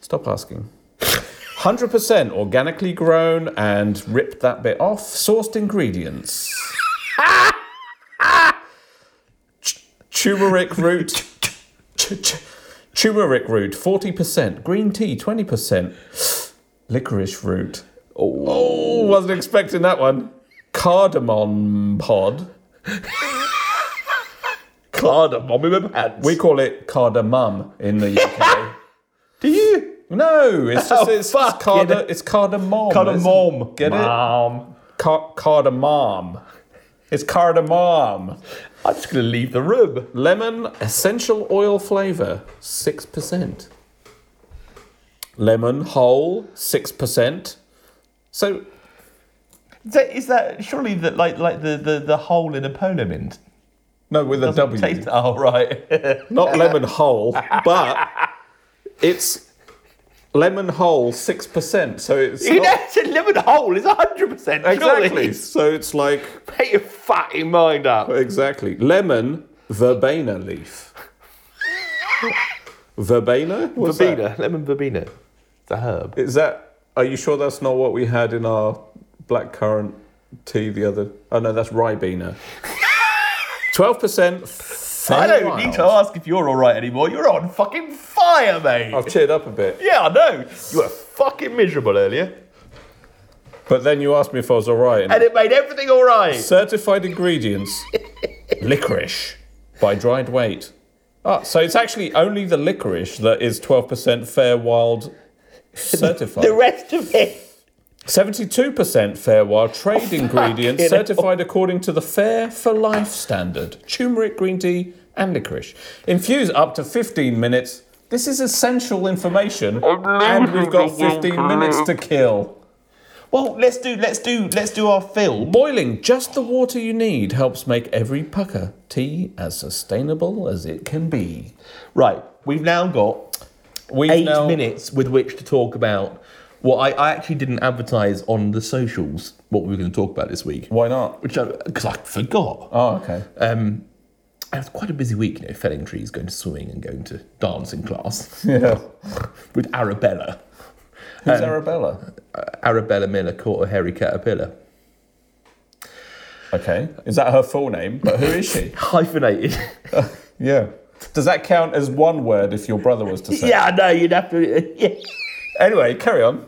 [SPEAKER 1] Stop asking. 100% organically grown and rip that bit off. Sourced ingredients. T- Turmeric root. T- t- Turmeric root 40%, green tea 20%, licorice root. Oh, wasn't expecting that one. Cardamom pod.
[SPEAKER 2] Cardamom in my pants.
[SPEAKER 1] We call it cardamom in the UK. Do you? No, it's just
[SPEAKER 2] Oh,
[SPEAKER 1] it's
[SPEAKER 2] fuck,
[SPEAKER 1] card-
[SPEAKER 2] get it.
[SPEAKER 1] it's cardamom.
[SPEAKER 2] Cardamom.
[SPEAKER 1] Get it? Car- cardamom. It's cardamom.
[SPEAKER 2] I'm just going to leave the room.
[SPEAKER 1] Lemon essential oil flavor, 6%. Lemon whole, 6%. So
[SPEAKER 2] Is that, is that surely that like like the, the, the hole in a polo mint?
[SPEAKER 1] no with a W.
[SPEAKER 2] Taste, oh right.
[SPEAKER 1] Not lemon whole, but it's lemon whole 6%. So it's
[SPEAKER 2] You
[SPEAKER 1] not-
[SPEAKER 2] know, it's a lemon hole. It's hundred percent.
[SPEAKER 1] Exactly. So it's like
[SPEAKER 2] Pay your fucking mind up.
[SPEAKER 1] exactly lemon verbena leaf. verbena? What's that?
[SPEAKER 2] Verbena, lemon verbena. It's a herb.
[SPEAKER 1] Is that? Are you sure that's not what we had in our blackcurrant tea the other? Oh no, that's ribena. Twelve percent.
[SPEAKER 2] I don't need to ask if you're all right anymore. You're on fucking fire, mate.
[SPEAKER 1] I've cheered up a bit,
[SPEAKER 2] Yeah, I know. You were fucking miserable earlier,
[SPEAKER 1] but then you asked me if I was all right. and-
[SPEAKER 2] and it made everything all right.
[SPEAKER 1] Certified ingredients: licorice by dried weight. Ah, so it's actually only the licorice that is 12% fair wild
[SPEAKER 2] The
[SPEAKER 1] certified.
[SPEAKER 2] rest of it.
[SPEAKER 1] 72% fair wild trade ingredients
[SPEAKER 2] Oh, hell.
[SPEAKER 1] certified according to the Fair for Life standard. Turmeric, green tea, and licorice. Infuse up to 15 minutes. This is essential information, and we've got 15 minutes to kill.
[SPEAKER 2] Well, let's do let's do let's do our film.
[SPEAKER 1] Boiling just the water you need helps make every pucker tea as sustainable as it can be.
[SPEAKER 2] Right, we've now got
[SPEAKER 1] We've
[SPEAKER 2] eight
[SPEAKER 1] now-
[SPEAKER 2] minutes with which to talk about what I, I actually didn't advertise on the socials what we were going to talk about this week.
[SPEAKER 1] Why not?
[SPEAKER 2] Which I because I forgot.
[SPEAKER 1] Oh, okay.
[SPEAKER 2] Um, I had quite a busy week, you know, felling trees, going to swimming, and going to dancing class
[SPEAKER 1] Yeah.
[SPEAKER 2] with Arabella. Um,
[SPEAKER 1] Who's Arabella?
[SPEAKER 2] Arabella Miller caught a hairy caterpillar.
[SPEAKER 3] Okay. Is that her full name? But who is she?
[SPEAKER 1] Hyphenated.
[SPEAKER 3] yeah. Does that count as one word if your brother was to say? it?
[SPEAKER 1] yeah, I know, you'd have to. Yeah.
[SPEAKER 3] Anyway, carry on.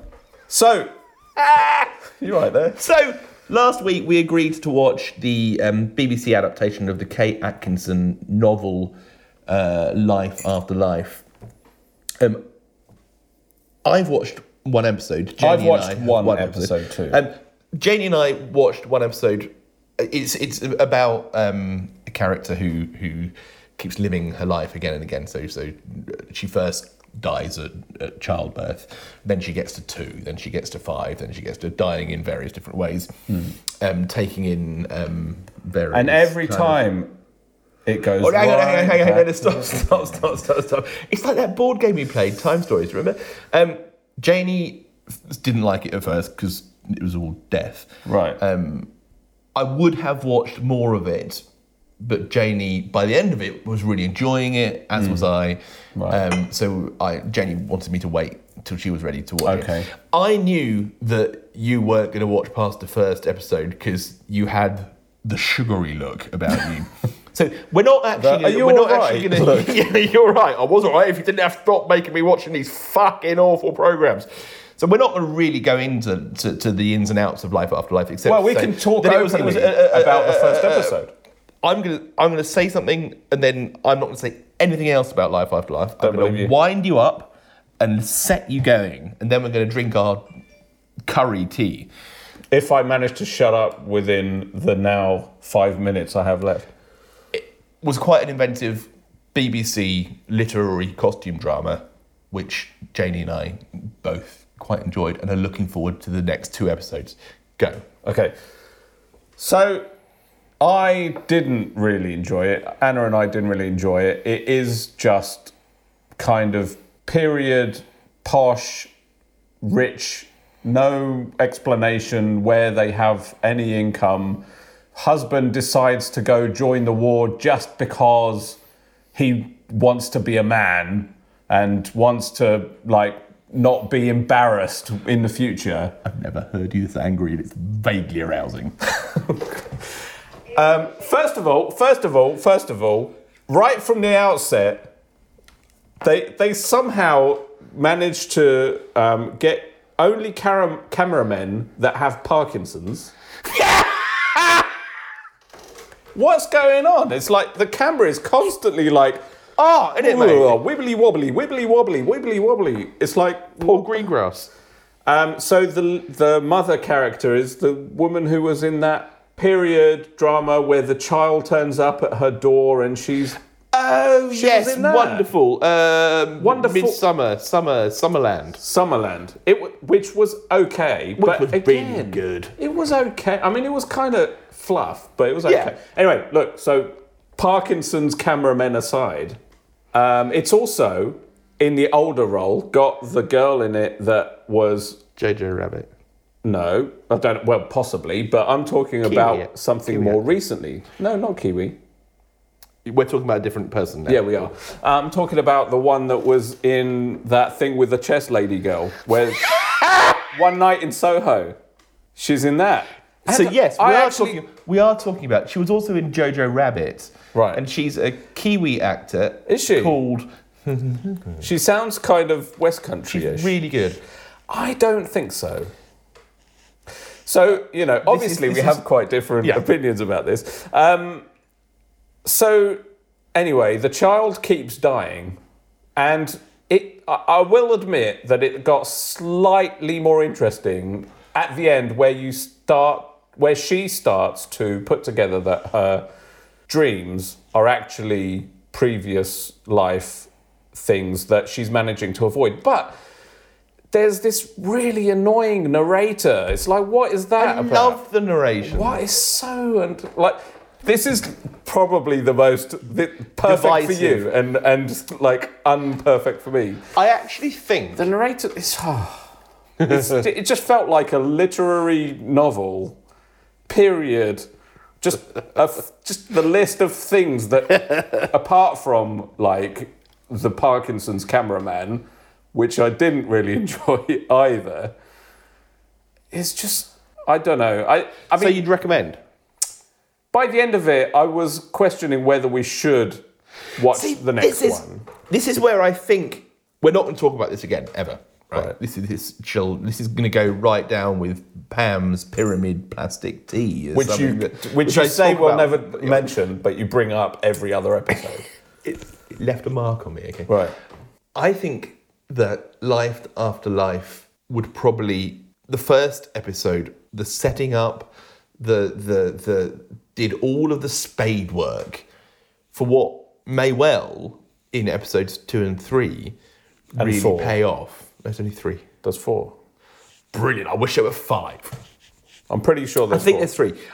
[SPEAKER 3] So,
[SPEAKER 1] Ah!
[SPEAKER 3] you're right there.
[SPEAKER 1] So,
[SPEAKER 2] Last week, we agreed to watch the um, BBC adaptation of the Kate Atkinson novel uh, Life After Life. Um, I've watched one episode. Janie and
[SPEAKER 3] watched
[SPEAKER 2] I have
[SPEAKER 3] one episode too.
[SPEAKER 2] Um, Janie and I watched one episode. It's it's about um, a character who who keeps living her life again and again. So so she first dies at, at childbirth, then she gets to two, then she gets to five, then she gets to dying in various different ways, um, taking in um, various
[SPEAKER 3] Hmm. And every
[SPEAKER 2] kind of-
[SPEAKER 3] time it goes.
[SPEAKER 2] Oh, hang on, hang on,
[SPEAKER 3] right
[SPEAKER 2] hang on, hang on,
[SPEAKER 3] back.
[SPEAKER 2] stop, stop, stop, stop, stop. It's like that board game we played, Time Stories, remember? Um, Janie f- didn't like it at first because it was all death.
[SPEAKER 3] Right.
[SPEAKER 2] Um, I would have watched more of it, but Janie, by the end of it, was really enjoying it, as was I.
[SPEAKER 3] Mm. Right.
[SPEAKER 2] Um, so I, Janie wanted me to wait till she was ready to watch
[SPEAKER 3] Okay.
[SPEAKER 2] it. I knew that you weren't going to watch past the first episode because you had the sugary look about you. So we're not actually.
[SPEAKER 3] Are you
[SPEAKER 2] we're not
[SPEAKER 3] all
[SPEAKER 2] actually
[SPEAKER 3] right?
[SPEAKER 2] going to. Yeah, you're right. I was alright if you didn't have to stop making me watching these fucking awful programs. So we're not going to really go into to, to the ins and outs of life after life, except
[SPEAKER 3] well,
[SPEAKER 2] to
[SPEAKER 3] we
[SPEAKER 2] say
[SPEAKER 3] can talk
[SPEAKER 2] that
[SPEAKER 3] openly
[SPEAKER 2] it was- it was, uh, uh,
[SPEAKER 3] about the
[SPEAKER 2] uh,
[SPEAKER 3] first
[SPEAKER 2] uh, uh,
[SPEAKER 3] episode.
[SPEAKER 2] I'm gonna I'm gonna say something, and then I'm not gonna say anything else about life after life.
[SPEAKER 3] Don't
[SPEAKER 2] I'm gonna
[SPEAKER 3] believe you.
[SPEAKER 2] wind you up and set you going, and then we're gonna drink our curry tea.
[SPEAKER 3] If I manage to shut up within the now five minutes I have left.
[SPEAKER 2] was quite an inventive BBC literary costume drama, which Janie and I both quite enjoyed and are looking forward to the next two episodes. Go.
[SPEAKER 3] Okay. So I didn't really enjoy it. Anna and I didn't really enjoy it. It is just kind of period, posh, rich, no explanation where they have any income. Husband decides to go join the war just because he wants to be a man and wants to like not be embarrassed in the future.
[SPEAKER 2] I've never heard you this angry, and it's vaguely arousing.
[SPEAKER 3] First of all, first of all, first of all, right from the outset, they they somehow managed to um, get only cam- cameramen that have Parkinson's. What's going on? It's like the camera is constantly like, ah, oh,
[SPEAKER 2] mate?
[SPEAKER 3] wibbly wobbly, wibbly wobbly, wibbly wobbly. It's like Paul
[SPEAKER 1] Greengrass.
[SPEAKER 3] um, so the the mother character is the woman who was in that period drama where the child turns up at her door and she's
[SPEAKER 1] Oh,
[SPEAKER 3] was
[SPEAKER 1] yes,
[SPEAKER 3] in that.
[SPEAKER 1] wonderful. Um,
[SPEAKER 3] Wonderful-
[SPEAKER 1] Midsummer, Summer, Summerland.
[SPEAKER 3] Summerland. It w- which was okay, but
[SPEAKER 1] was really
[SPEAKER 3] again,
[SPEAKER 1] good.
[SPEAKER 3] It was okay. I mean, it was kind of fluff, but it was okay.
[SPEAKER 1] Yeah.
[SPEAKER 3] Anyway, look. So Parkinson's cameramen aside, um, it's also in the older role got the girl in it that was
[SPEAKER 1] JJ Rabbit.
[SPEAKER 3] No, I don't. Well, possibly, but I'm talking about something
[SPEAKER 1] Kiwi
[SPEAKER 3] more recently. No, not kiwi.
[SPEAKER 1] We're talking about a different person now.
[SPEAKER 3] Yeah, we are. I'm talking about the one that was in that thing with the chess lady girl, where one night in Soho, she's in that.
[SPEAKER 2] So
[SPEAKER 3] And
[SPEAKER 2] yes, we
[SPEAKER 3] I
[SPEAKER 2] are
[SPEAKER 3] actually-
[SPEAKER 2] talking. We are talking about. She was also in Jojo Rabbit,
[SPEAKER 3] Right.
[SPEAKER 2] And she's a Kiwi actor.
[SPEAKER 3] Is she?
[SPEAKER 2] called?
[SPEAKER 3] She sounds kind of West Country-ish.
[SPEAKER 2] Really good.
[SPEAKER 3] I don't think so. So, you know, obviously
[SPEAKER 2] this
[SPEAKER 3] we
[SPEAKER 2] is-
[SPEAKER 3] have quite different
[SPEAKER 2] Yeah.
[SPEAKER 3] opinions about this. Um, so, anyway, the child keeps dying, and it, I, I will admit that it got slightly more interesting at the end where you start, where she starts to put together that her dreams are actually previous life things that she's managing to avoid. But there's this really annoying narrator. It's like, what is that
[SPEAKER 2] I
[SPEAKER 3] about?
[SPEAKER 2] love the narration.
[SPEAKER 3] What is so and like this is probably the most the, perfect for you
[SPEAKER 2] Divisive.
[SPEAKER 3] and and like unperfect for me.
[SPEAKER 2] I actually think
[SPEAKER 3] The narrator is it's, it just felt like a literary novel period just a f just the list of things that apart from like the Parkinson's cameraman which I didn't really enjoy either it's just I don't know I I mean
[SPEAKER 1] So you'd recommend?
[SPEAKER 3] by the end of it, I was questioning whether we should watch
[SPEAKER 2] See,
[SPEAKER 3] the next
[SPEAKER 2] this is,
[SPEAKER 3] one.
[SPEAKER 2] This is where I think we're not going to talk about this again ever. Right.
[SPEAKER 3] Right.
[SPEAKER 2] This is this chill. This is going to go right down with Pam's pyramid plastic tea, as
[SPEAKER 3] Which you,
[SPEAKER 2] something that-
[SPEAKER 3] which you
[SPEAKER 2] I
[SPEAKER 3] say
[SPEAKER 2] talk
[SPEAKER 3] we'll
[SPEAKER 2] about.
[SPEAKER 3] never mention, but you bring up every other episode.
[SPEAKER 2] It, it left a mark on me. Okay.
[SPEAKER 3] right.
[SPEAKER 2] I think that Life After Life would probably the first episode, the setting up, the the the did all of the spade work for what may well in episodes two and three
[SPEAKER 3] And
[SPEAKER 2] really
[SPEAKER 3] four.
[SPEAKER 2] pay off. There's only three.
[SPEAKER 3] There's four.
[SPEAKER 2] Brilliant. I wish there were five.
[SPEAKER 3] I'm pretty sure
[SPEAKER 2] I
[SPEAKER 3] there's
[SPEAKER 2] think
[SPEAKER 3] four.
[SPEAKER 2] there's three. Uh,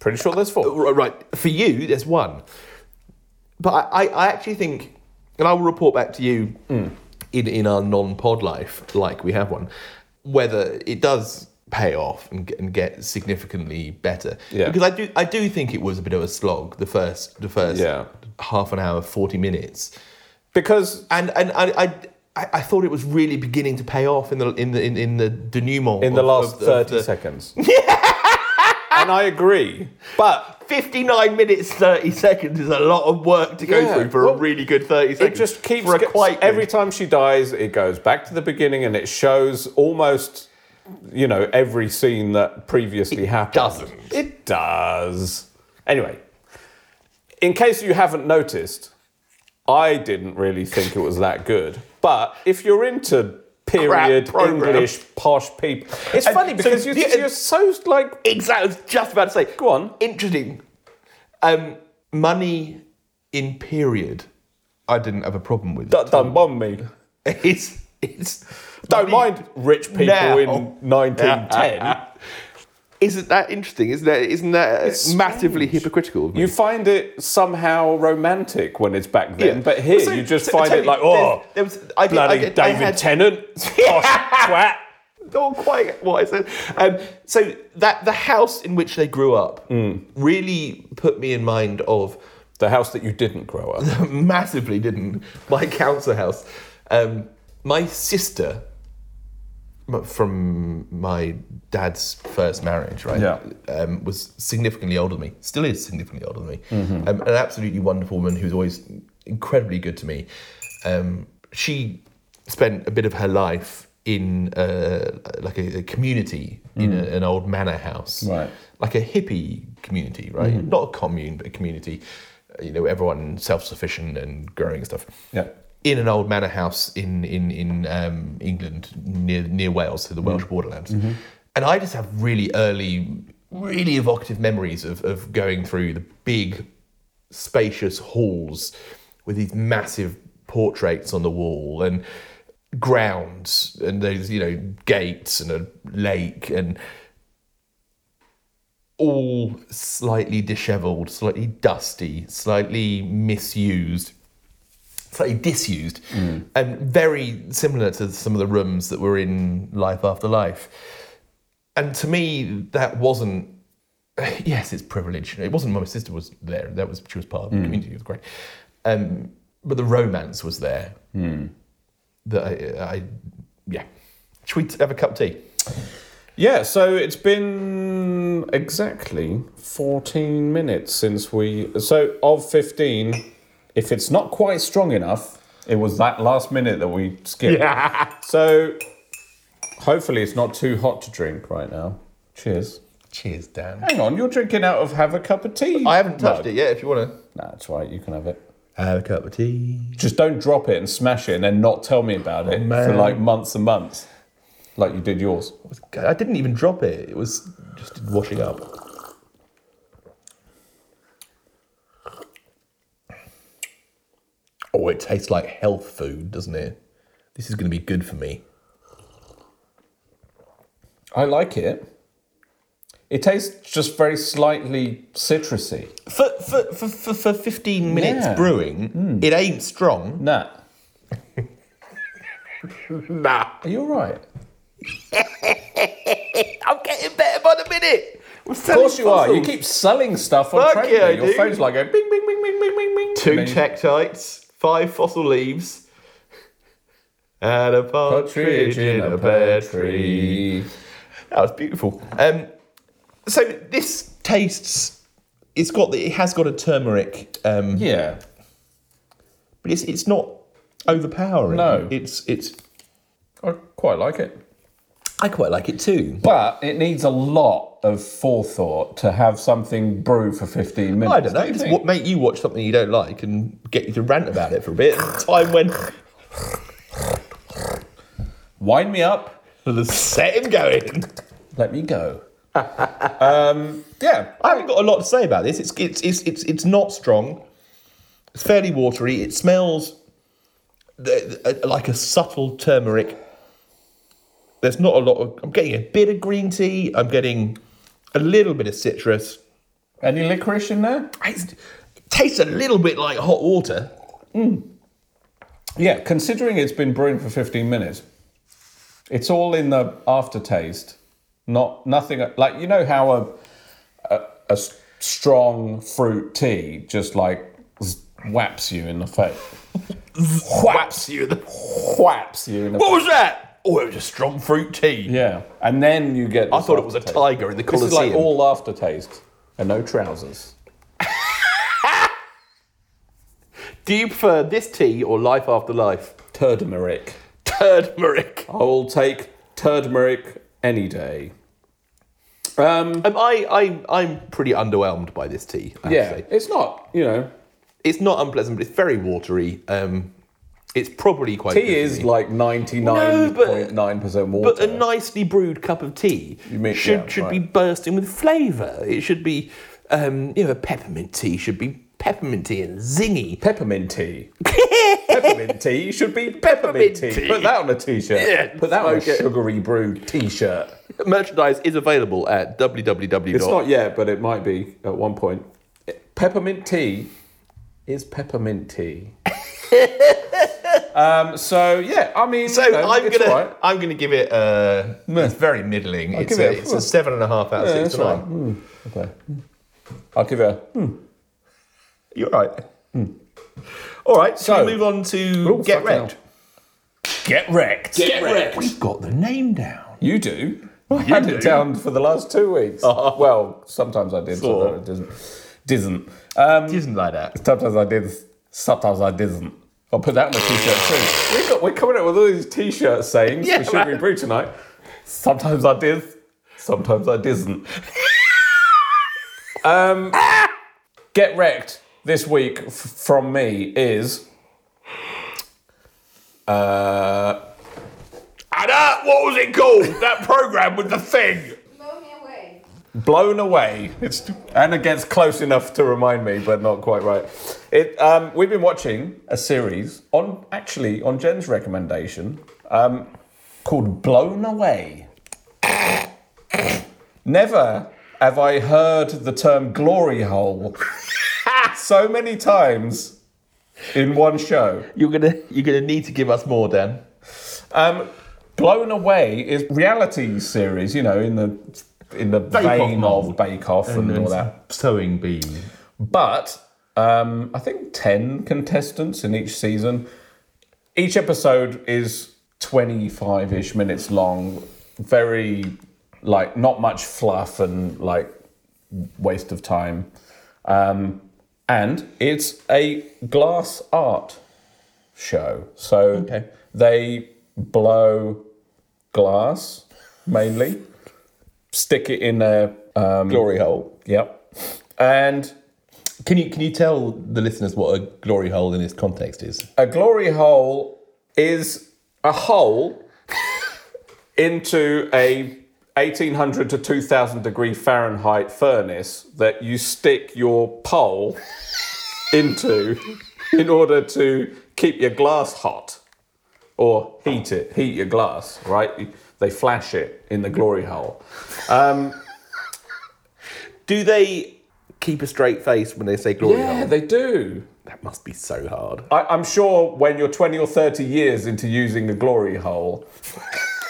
[SPEAKER 3] pretty sure there's four.
[SPEAKER 2] Right, right. For you, there's one. But I, I, I actually think, and I will report back to you
[SPEAKER 3] Hmm.
[SPEAKER 2] in, in our non pod life, like we have one, whether it does pay off and get, and get significantly better.
[SPEAKER 3] Yeah.
[SPEAKER 2] Because I do I do think it was a bit of a slog the first the first
[SPEAKER 3] Yeah.
[SPEAKER 2] half an hour, forty minutes,
[SPEAKER 3] Because
[SPEAKER 2] and and I. I I I thought it was really beginning to pay off in the in the in, in the denouement
[SPEAKER 3] in the
[SPEAKER 2] of-
[SPEAKER 3] last
[SPEAKER 2] of the- of
[SPEAKER 3] 30
[SPEAKER 2] the-
[SPEAKER 3] seconds. and I agree.
[SPEAKER 2] But 59 minutes 30 seconds is a lot of work to go
[SPEAKER 3] Yeah,
[SPEAKER 2] through for
[SPEAKER 3] well,
[SPEAKER 2] a really good 30
[SPEAKER 3] It
[SPEAKER 2] seconds.
[SPEAKER 3] just keeps
[SPEAKER 2] for a
[SPEAKER 3] go-
[SPEAKER 2] quite
[SPEAKER 3] every
[SPEAKER 2] good-
[SPEAKER 3] time she dies, it goes back to the beginning and it shows almost, you know, every scene that previously happened.
[SPEAKER 2] doesn't.
[SPEAKER 3] It does. Anyway, in case you haven't noticed, I didn't really think it was that good. But if you're into period
[SPEAKER 2] programme.
[SPEAKER 3] English posh people, it's
[SPEAKER 2] And
[SPEAKER 3] funny
[SPEAKER 2] so
[SPEAKER 3] because you,
[SPEAKER 2] the-
[SPEAKER 3] you're so like
[SPEAKER 2] Exactly. I was just about to say.
[SPEAKER 3] Go on.
[SPEAKER 2] Interesting. Um, money in period. I didn't have a problem with.
[SPEAKER 3] don't, don't bomb me.
[SPEAKER 2] It's it's
[SPEAKER 3] Don't
[SPEAKER 2] money
[SPEAKER 3] mind rich people
[SPEAKER 2] now.
[SPEAKER 3] in 1910.
[SPEAKER 2] Isn't that interesting? Isn't that isn't that
[SPEAKER 3] It's
[SPEAKER 2] massively
[SPEAKER 3] strange.
[SPEAKER 2] hypocritical? Of me?
[SPEAKER 3] You find it somehow romantic when it's back then,
[SPEAKER 2] Yeah.
[SPEAKER 3] but here
[SPEAKER 2] So-
[SPEAKER 3] you just
[SPEAKER 2] so-
[SPEAKER 3] find
[SPEAKER 2] so
[SPEAKER 3] it like,
[SPEAKER 2] there's-
[SPEAKER 3] oh,
[SPEAKER 2] there was- I did- I
[SPEAKER 3] bloody
[SPEAKER 2] did- I
[SPEAKER 3] David
[SPEAKER 2] had-
[SPEAKER 3] Tennant, posh twat.
[SPEAKER 2] not quite what I said. Um, so that the house in which they grew up
[SPEAKER 3] Mm.
[SPEAKER 2] really put me in mind of
[SPEAKER 3] The house that you didn't grow up.
[SPEAKER 2] massively didn't my council house. Um, my sister m- from my dad's first marriage, right?
[SPEAKER 3] Yeah.
[SPEAKER 2] Um, was significantly older than me. Still is significantly older than me.
[SPEAKER 3] Mm-hmm.
[SPEAKER 2] Um, an absolutely wonderful woman who's always incredibly good to me. Um, she spent a bit of her life in uh, like a, a community in a, an old manor house,
[SPEAKER 3] Mm. Right. Mm-hmm.
[SPEAKER 2] Like a hippie community, right? Not a commune, but a community. uh, You know, everyone self-sufficient and growing and stuff
[SPEAKER 3] Yeah.
[SPEAKER 2] in an old manor house in in in um, England near near Wales, so the Welsh borderlands. And I just have really early, really evocative memories of of going through the big, spacious halls with these massive portraits on the wall and grounds and those you know gates and a lake and all slightly disheveled, slightly dusty, slightly misused, slightly disused, and very similar to some of the rooms that were in Life After Life. And to me, that wasn't. Yes, it's privilege. It wasn't. My sister was there. That was she was part of
[SPEAKER 3] Mm.
[SPEAKER 2] the community. It was great, um, but the romance was there.
[SPEAKER 3] Mm.
[SPEAKER 2] That I, I, yeah. Should we have a cup of tea?
[SPEAKER 3] Yeah, so it's been exactly 14 minutes since we. So, of 15, if it's not quite strong enough, it was that last minute that we skipped. So, hopefully, it's not too hot to drink right now. Cheers.
[SPEAKER 2] Cheers, Dan.
[SPEAKER 3] Hang on, you're drinking out of have a cup of tea.
[SPEAKER 2] I haven't touched it yet. If you want to.
[SPEAKER 3] Nah, it's all right. You can have it.
[SPEAKER 2] Have a cup of tea.
[SPEAKER 3] Just don't drop it and smash it and then not tell me about it for
[SPEAKER 2] Oh, man.
[SPEAKER 3] like months and months, like you did yours.
[SPEAKER 2] I didn't even drop it. It was just washing up. Oh, it tastes like health food, doesn't it? This is going to be good for me.
[SPEAKER 3] I like it. It tastes just very slightly citrusy.
[SPEAKER 2] For for for, for, for fifteen minutes
[SPEAKER 3] Yeah. Hmm.
[SPEAKER 2] brewing, it ain't strong.
[SPEAKER 3] Nah,
[SPEAKER 2] Nah,
[SPEAKER 3] are you all right?
[SPEAKER 2] I'm getting better by the minute.
[SPEAKER 3] Of course you are. You keep selling stuff on
[SPEAKER 2] Fuck
[SPEAKER 3] Trello.
[SPEAKER 2] yeah, I
[SPEAKER 3] Your
[SPEAKER 2] do.
[SPEAKER 3] phone's like going bing, bing, bing, bing, bing, bing, bing.
[SPEAKER 2] two
[SPEAKER 3] And then you-
[SPEAKER 2] tectites, five fossil leaves, and a partridge in a pear tree. That was beautiful. Um, so this tastes
[SPEAKER 3] it's got the, it has got a turmeric, um,
[SPEAKER 1] Yeah.
[SPEAKER 3] but it's it's not overpowering.
[SPEAKER 1] No.
[SPEAKER 3] it's it's.
[SPEAKER 1] I quite like it.
[SPEAKER 3] I quite like it too.
[SPEAKER 1] But it needs a lot of forethought to have something brew for 15 minutes.
[SPEAKER 3] I don't know.
[SPEAKER 1] you
[SPEAKER 3] It's
[SPEAKER 1] think?
[SPEAKER 3] what make you watch something you don't like and get you to rant about it for a bit. At a time when
[SPEAKER 1] Wind me up.
[SPEAKER 3] set him going.
[SPEAKER 1] Let me go. um, yeah.
[SPEAKER 3] I haven't got a lot to say about this. It's it's it's it's, it's not strong. It's fairly watery. It smells th- th- like a subtle turmeric. There's not a lot of. I'm getting a bit of green tea. I'm getting a little bit of citrus.
[SPEAKER 1] Any licorice in there?
[SPEAKER 3] It's- It tastes a little bit like hot water.
[SPEAKER 1] Yeah, considering it's been brewing for 15 minutes, it's all in the aftertaste. Not nothing like you know how a a- a s- strong fruit tea just like z- whaps you in the face. whaps you in the whaps you in the
[SPEAKER 2] What was that? Oh, it was a strong fruit tea.
[SPEAKER 1] Yeah, and then you get.
[SPEAKER 2] I thought it was a tiger in the
[SPEAKER 1] This is
[SPEAKER 2] Colosseum.
[SPEAKER 1] like all aftertaste and no trousers.
[SPEAKER 2] Do you prefer this tea or life after life?
[SPEAKER 1] Turmeric.
[SPEAKER 2] Turmeric.
[SPEAKER 1] I will take turmeric any day. Um,
[SPEAKER 2] Um, I, I, I'm pretty underwhelmed by this tea. I have to
[SPEAKER 1] yeah,
[SPEAKER 2] say.
[SPEAKER 1] it's not you know
[SPEAKER 2] It's not unpleasant, but it's very watery. Um, it's probably quite.
[SPEAKER 1] Tea
[SPEAKER 2] good
[SPEAKER 1] is
[SPEAKER 2] for me.
[SPEAKER 1] like 99.9% water.
[SPEAKER 2] But uh, a nicely brewed cup of tea
[SPEAKER 1] You make-
[SPEAKER 2] should
[SPEAKER 1] yeah,
[SPEAKER 2] should
[SPEAKER 1] right.
[SPEAKER 2] be bursting with flavour. It should be, um, you know, a peppermint tea should be pepperminty and zingy.
[SPEAKER 1] peppermint tea. peppermint tea should be peppermint,
[SPEAKER 2] Peppermint
[SPEAKER 1] tea.
[SPEAKER 2] tea.
[SPEAKER 1] Put that on a t shirt.
[SPEAKER 2] Yeah,
[SPEAKER 1] Put that on a
[SPEAKER 2] smoke it.
[SPEAKER 1] sugary brew t shirt.
[SPEAKER 2] Merchandise is available at www.
[SPEAKER 1] It's not yet, but it might be at one point. Peppermint tea is peppermint tea. um, so, yeah, I mean,
[SPEAKER 2] So
[SPEAKER 1] you know,
[SPEAKER 2] I'm
[SPEAKER 1] it's
[SPEAKER 2] gonna
[SPEAKER 1] all right.
[SPEAKER 2] I'm gonna give it a. It's very middling. It's
[SPEAKER 1] give
[SPEAKER 2] a,
[SPEAKER 1] it a-
[SPEAKER 2] it's a seven and a half out of
[SPEAKER 1] Yeah,
[SPEAKER 2] six
[SPEAKER 1] that's
[SPEAKER 2] to
[SPEAKER 1] right.
[SPEAKER 2] nine.
[SPEAKER 1] Okay. I'll give it a.
[SPEAKER 2] You're right. All right, so
[SPEAKER 1] So-
[SPEAKER 2] we move on to get
[SPEAKER 1] fucking
[SPEAKER 2] wrecked.
[SPEAKER 1] hell. Get wrecked.
[SPEAKER 2] Get wrecked. We've got the name down.
[SPEAKER 1] You do. I had
[SPEAKER 2] do. Oh.
[SPEAKER 1] it down for the last two weeks. Well, sometimes I did, sometimes I
[SPEAKER 2] Sort
[SPEAKER 1] didn't. Didn't. Um,
[SPEAKER 2] It isn't like that.
[SPEAKER 1] sometimes I did, sometimes I didn't. I'll put that on the t-shirt too. We got, we're coming up with all these t-shirt sayings
[SPEAKER 2] Yeah,
[SPEAKER 1] for Sugary
[SPEAKER 2] man.
[SPEAKER 1] Brew tonight. Sometimes I did, sometimes I didn't. um, get wrecked this week f- from me is... Uh,
[SPEAKER 2] And uh, what was it called? that program with the thing.
[SPEAKER 6] Blow me away.
[SPEAKER 1] blown away. It's Anna gets close enough to remind me, but not quite right. It um, we've been watching a series on actually on Jen's recommendation um, called Blown Away. Never have I heard the term glory hole so many times in one show.
[SPEAKER 2] You're gonna you're gonna need to give us more, Dan.
[SPEAKER 1] Um, Blown Away is reality series, you know, in the in the
[SPEAKER 3] Off
[SPEAKER 1] vein
[SPEAKER 3] mold.
[SPEAKER 1] of Bake Off and all that.
[SPEAKER 3] Sewing bee.
[SPEAKER 1] But um, I think 10 contestants in each season. Each episode is 25 ish minutes long. Very, like, not much fluff and, like, waste of time. Um, and it's a glass art show. So they blow glass mainly, stick it in a. Um,
[SPEAKER 3] Glory hole.
[SPEAKER 1] Yep. And
[SPEAKER 3] Can you can you tell the listeners what a glory hole in this context is?
[SPEAKER 1] a glory hole is a hole into a 1800 to 2000 degree Fahrenheit furnace that you stick your pole into in order to keep your glass hot or heat it, heat your glass, right? They flash it in the glory hole. Um,
[SPEAKER 2] Do they keep a straight face when they say glory
[SPEAKER 1] yeah,
[SPEAKER 2] hole?
[SPEAKER 1] they do.
[SPEAKER 2] That must be so hard.
[SPEAKER 1] I, I'm sure when you're 20 or 30 years into using a glory hole,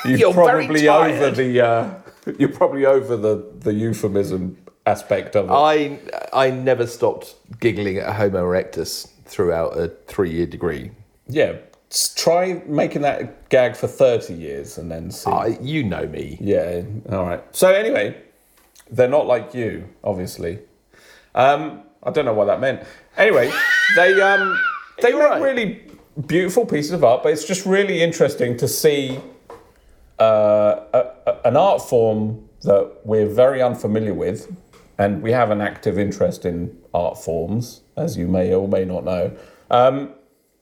[SPEAKER 1] you're,
[SPEAKER 2] You're very
[SPEAKER 1] probably
[SPEAKER 2] tired.
[SPEAKER 1] over the uh, you're probably over the, the euphemism aspect of it.
[SPEAKER 2] I I never stopped giggling at Homo erectus throughout a three-year degree.
[SPEAKER 1] yeah, s- try making that gag for 30 years and then see.
[SPEAKER 2] I, you know me.
[SPEAKER 1] yeah, all right. So anyway, they're not like you, obviously. Um, I don't know what that meant. Anyway, they um, they make
[SPEAKER 3] right.
[SPEAKER 1] really beautiful pieces of art, but it's just really interesting to see uh, a, a- an art form that we're very unfamiliar with, and we have an active interest in art forms, as you may or may not know. Um,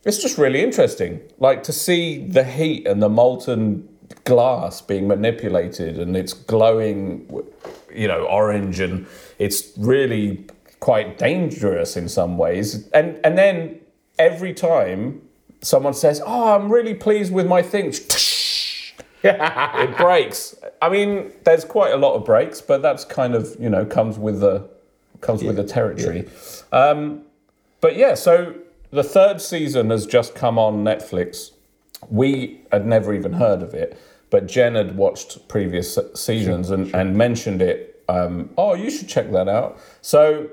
[SPEAKER 1] it's just really interesting, like to see the heat and the molten glass being manipulated, and it's glowing, you know, orange, and it's really quite dangerous in some ways. And and then every time someone says, "Oh, I'm really pleased with my thing," it breaks. I mean, there's quite a lot of breaks, but that's kind of you know comes with the comes with the territory. Um, but yeah, so the third season has just come on Netflix. We had never even heard of it, but Jen had watched previous se- seasons and, and mentioned it. Um, oh, you should check that out. So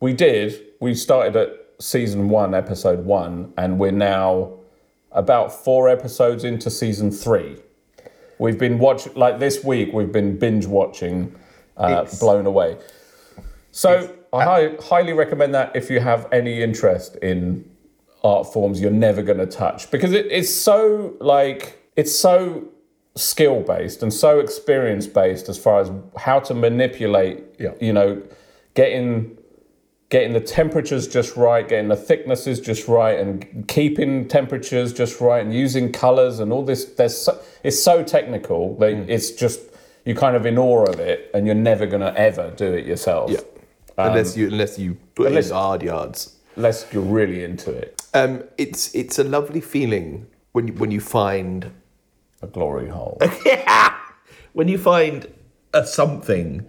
[SPEAKER 1] we did. We started at season one, episode one, and we're now about four episodes into season three. We've been watching, like this week, we've been binge watching uh,
[SPEAKER 3] It's-
[SPEAKER 1] Blown Away. So I hi- highly recommend that if you have any interest in art forms you're never going to touch because it, it's so like it's so skill based and so experience based as far as how to manipulate
[SPEAKER 2] Yeah.
[SPEAKER 1] you know getting getting the temperatures just right getting the thicknesses just right and keeping temperatures just right and using colors and all this there's so, it's so technical that it's just you're kind of in awe of it and you're never going to ever do it yourself
[SPEAKER 3] Yeah.
[SPEAKER 2] Um,
[SPEAKER 3] unless you unless you put
[SPEAKER 1] unless-
[SPEAKER 3] in hard yards.
[SPEAKER 1] unless you're really into it
[SPEAKER 3] Um, it's it's a lovely feeling when you, when you find
[SPEAKER 1] a glory hole
[SPEAKER 2] when you find a something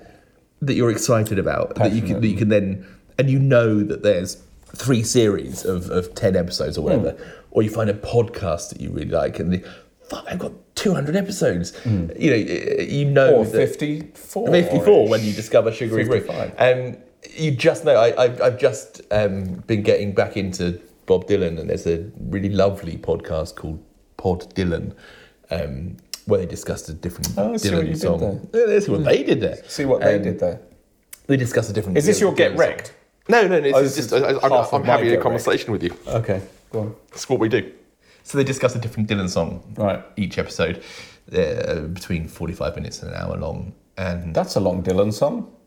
[SPEAKER 2] that you're excited about that you can that you can then and you know that there's three series of, of 10 episodes or whatever
[SPEAKER 3] Hmm.
[SPEAKER 2] or you find a podcast that you really like and the, fuck i've got 200 episodes
[SPEAKER 3] Hmm.
[SPEAKER 2] you know y- you know
[SPEAKER 1] or
[SPEAKER 2] that-
[SPEAKER 1] 54
[SPEAKER 2] 54 when you discover sugary fruit.
[SPEAKER 1] 55.
[SPEAKER 2] Um, you just know. I, I've, I've just um, been getting back into Bob Dylan, and there's a really lovely podcast called Pod Dylan, um, where they discussed a different
[SPEAKER 1] Oh, I see what
[SPEAKER 2] Dylan
[SPEAKER 1] you did
[SPEAKER 2] song. Yeah, that's what they did there.
[SPEAKER 1] See what they
[SPEAKER 2] Um,
[SPEAKER 1] did there.
[SPEAKER 2] They discussed a different.
[SPEAKER 1] Is this
[SPEAKER 2] Dylan-
[SPEAKER 1] your get
[SPEAKER 2] Dylan song.
[SPEAKER 1] wrecked?
[SPEAKER 3] no no no. It's
[SPEAKER 1] Oh, this
[SPEAKER 3] just
[SPEAKER 1] is
[SPEAKER 3] I, I,
[SPEAKER 1] half
[SPEAKER 3] I'm
[SPEAKER 1] of my
[SPEAKER 3] having a
[SPEAKER 1] direct.
[SPEAKER 3] conversation with you.
[SPEAKER 1] Okay, go on.
[SPEAKER 3] That's what we do.
[SPEAKER 2] So they discussed a different Dylan song
[SPEAKER 1] Right.
[SPEAKER 2] each episode, uh, between 45 minutes and an hour long, and
[SPEAKER 1] That's a long Dylan song.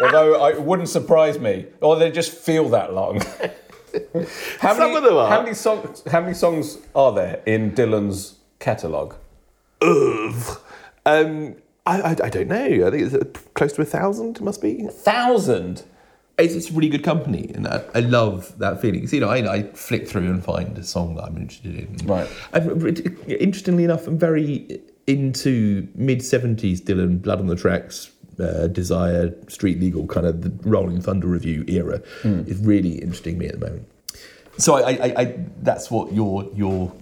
[SPEAKER 1] Although I, it wouldn't surprise me, or they just feel that long. how
[SPEAKER 3] Some of them are.
[SPEAKER 1] How many songs? How many songs are there in Dylan's catalogue?
[SPEAKER 3] Ugh. Um, I, I I don't know. I think it's uh, close to a thousand. It must be.
[SPEAKER 1] Thousand.
[SPEAKER 2] it's, it's really good company, and I, I love that feeling. 'Cause, you know, I, I flick through and find a song that I'm interested in.
[SPEAKER 1] Right.
[SPEAKER 2] And r- interestingly enough, I'm very into mid '70s Dylan, Blood on the Tracks, uh, Desire, Street Legal, kind of the Rolling Thunder review era.
[SPEAKER 3] Hmm.
[SPEAKER 2] Is really interesting me at the moment. So I, I, I, I that's what your your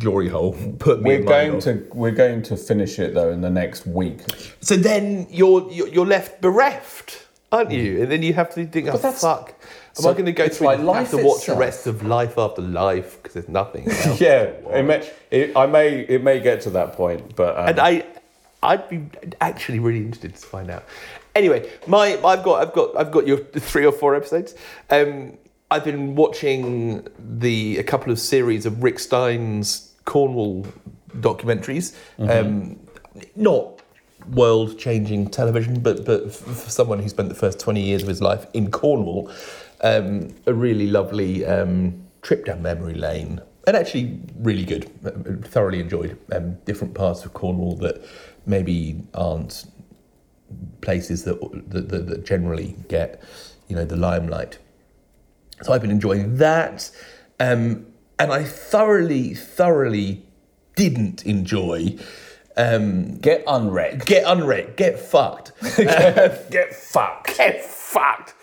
[SPEAKER 2] glory hole put me.
[SPEAKER 1] We're
[SPEAKER 2] in
[SPEAKER 1] going
[SPEAKER 2] mind of.
[SPEAKER 1] to we're going to finish it though in the next week.
[SPEAKER 3] So then you're you're, you're left bereft, aren't you? And then you have to think, oh
[SPEAKER 1] Mm-hmm. that's-
[SPEAKER 3] fuck. Am
[SPEAKER 1] so
[SPEAKER 3] I going to go
[SPEAKER 1] it's
[SPEAKER 3] through
[SPEAKER 1] like
[SPEAKER 3] I have
[SPEAKER 1] life
[SPEAKER 3] to watch the
[SPEAKER 1] itself.
[SPEAKER 3] rest of life after life because there's nothing. Else.
[SPEAKER 1] Yeah, it may, it, I may it may get to that point, but um,
[SPEAKER 3] and I, I'd be actually really interested to find out. Anyway, my I've got I've got I've got your three or four episodes. Um, I've been watching the a couple of series of Rick Stein's Cornwall documentaries.
[SPEAKER 1] Mm-hmm.
[SPEAKER 2] um, not world-changing television, but but f- for someone who spent the first twenty years of his life in Cornwall, um, a really lovely um, trip down memory lane, and actually really good. Uh, Thoroughly enjoyed um, different parts of Cornwall that maybe aren't places that that, that, that generally get you know the limelight. So I've been enjoying that. Um, and I thoroughly, thoroughly didn't enjoy um,
[SPEAKER 1] get unwrecked.
[SPEAKER 2] Get Unwrecked, Get Fucked.
[SPEAKER 1] Get fucked.
[SPEAKER 3] Get fucked.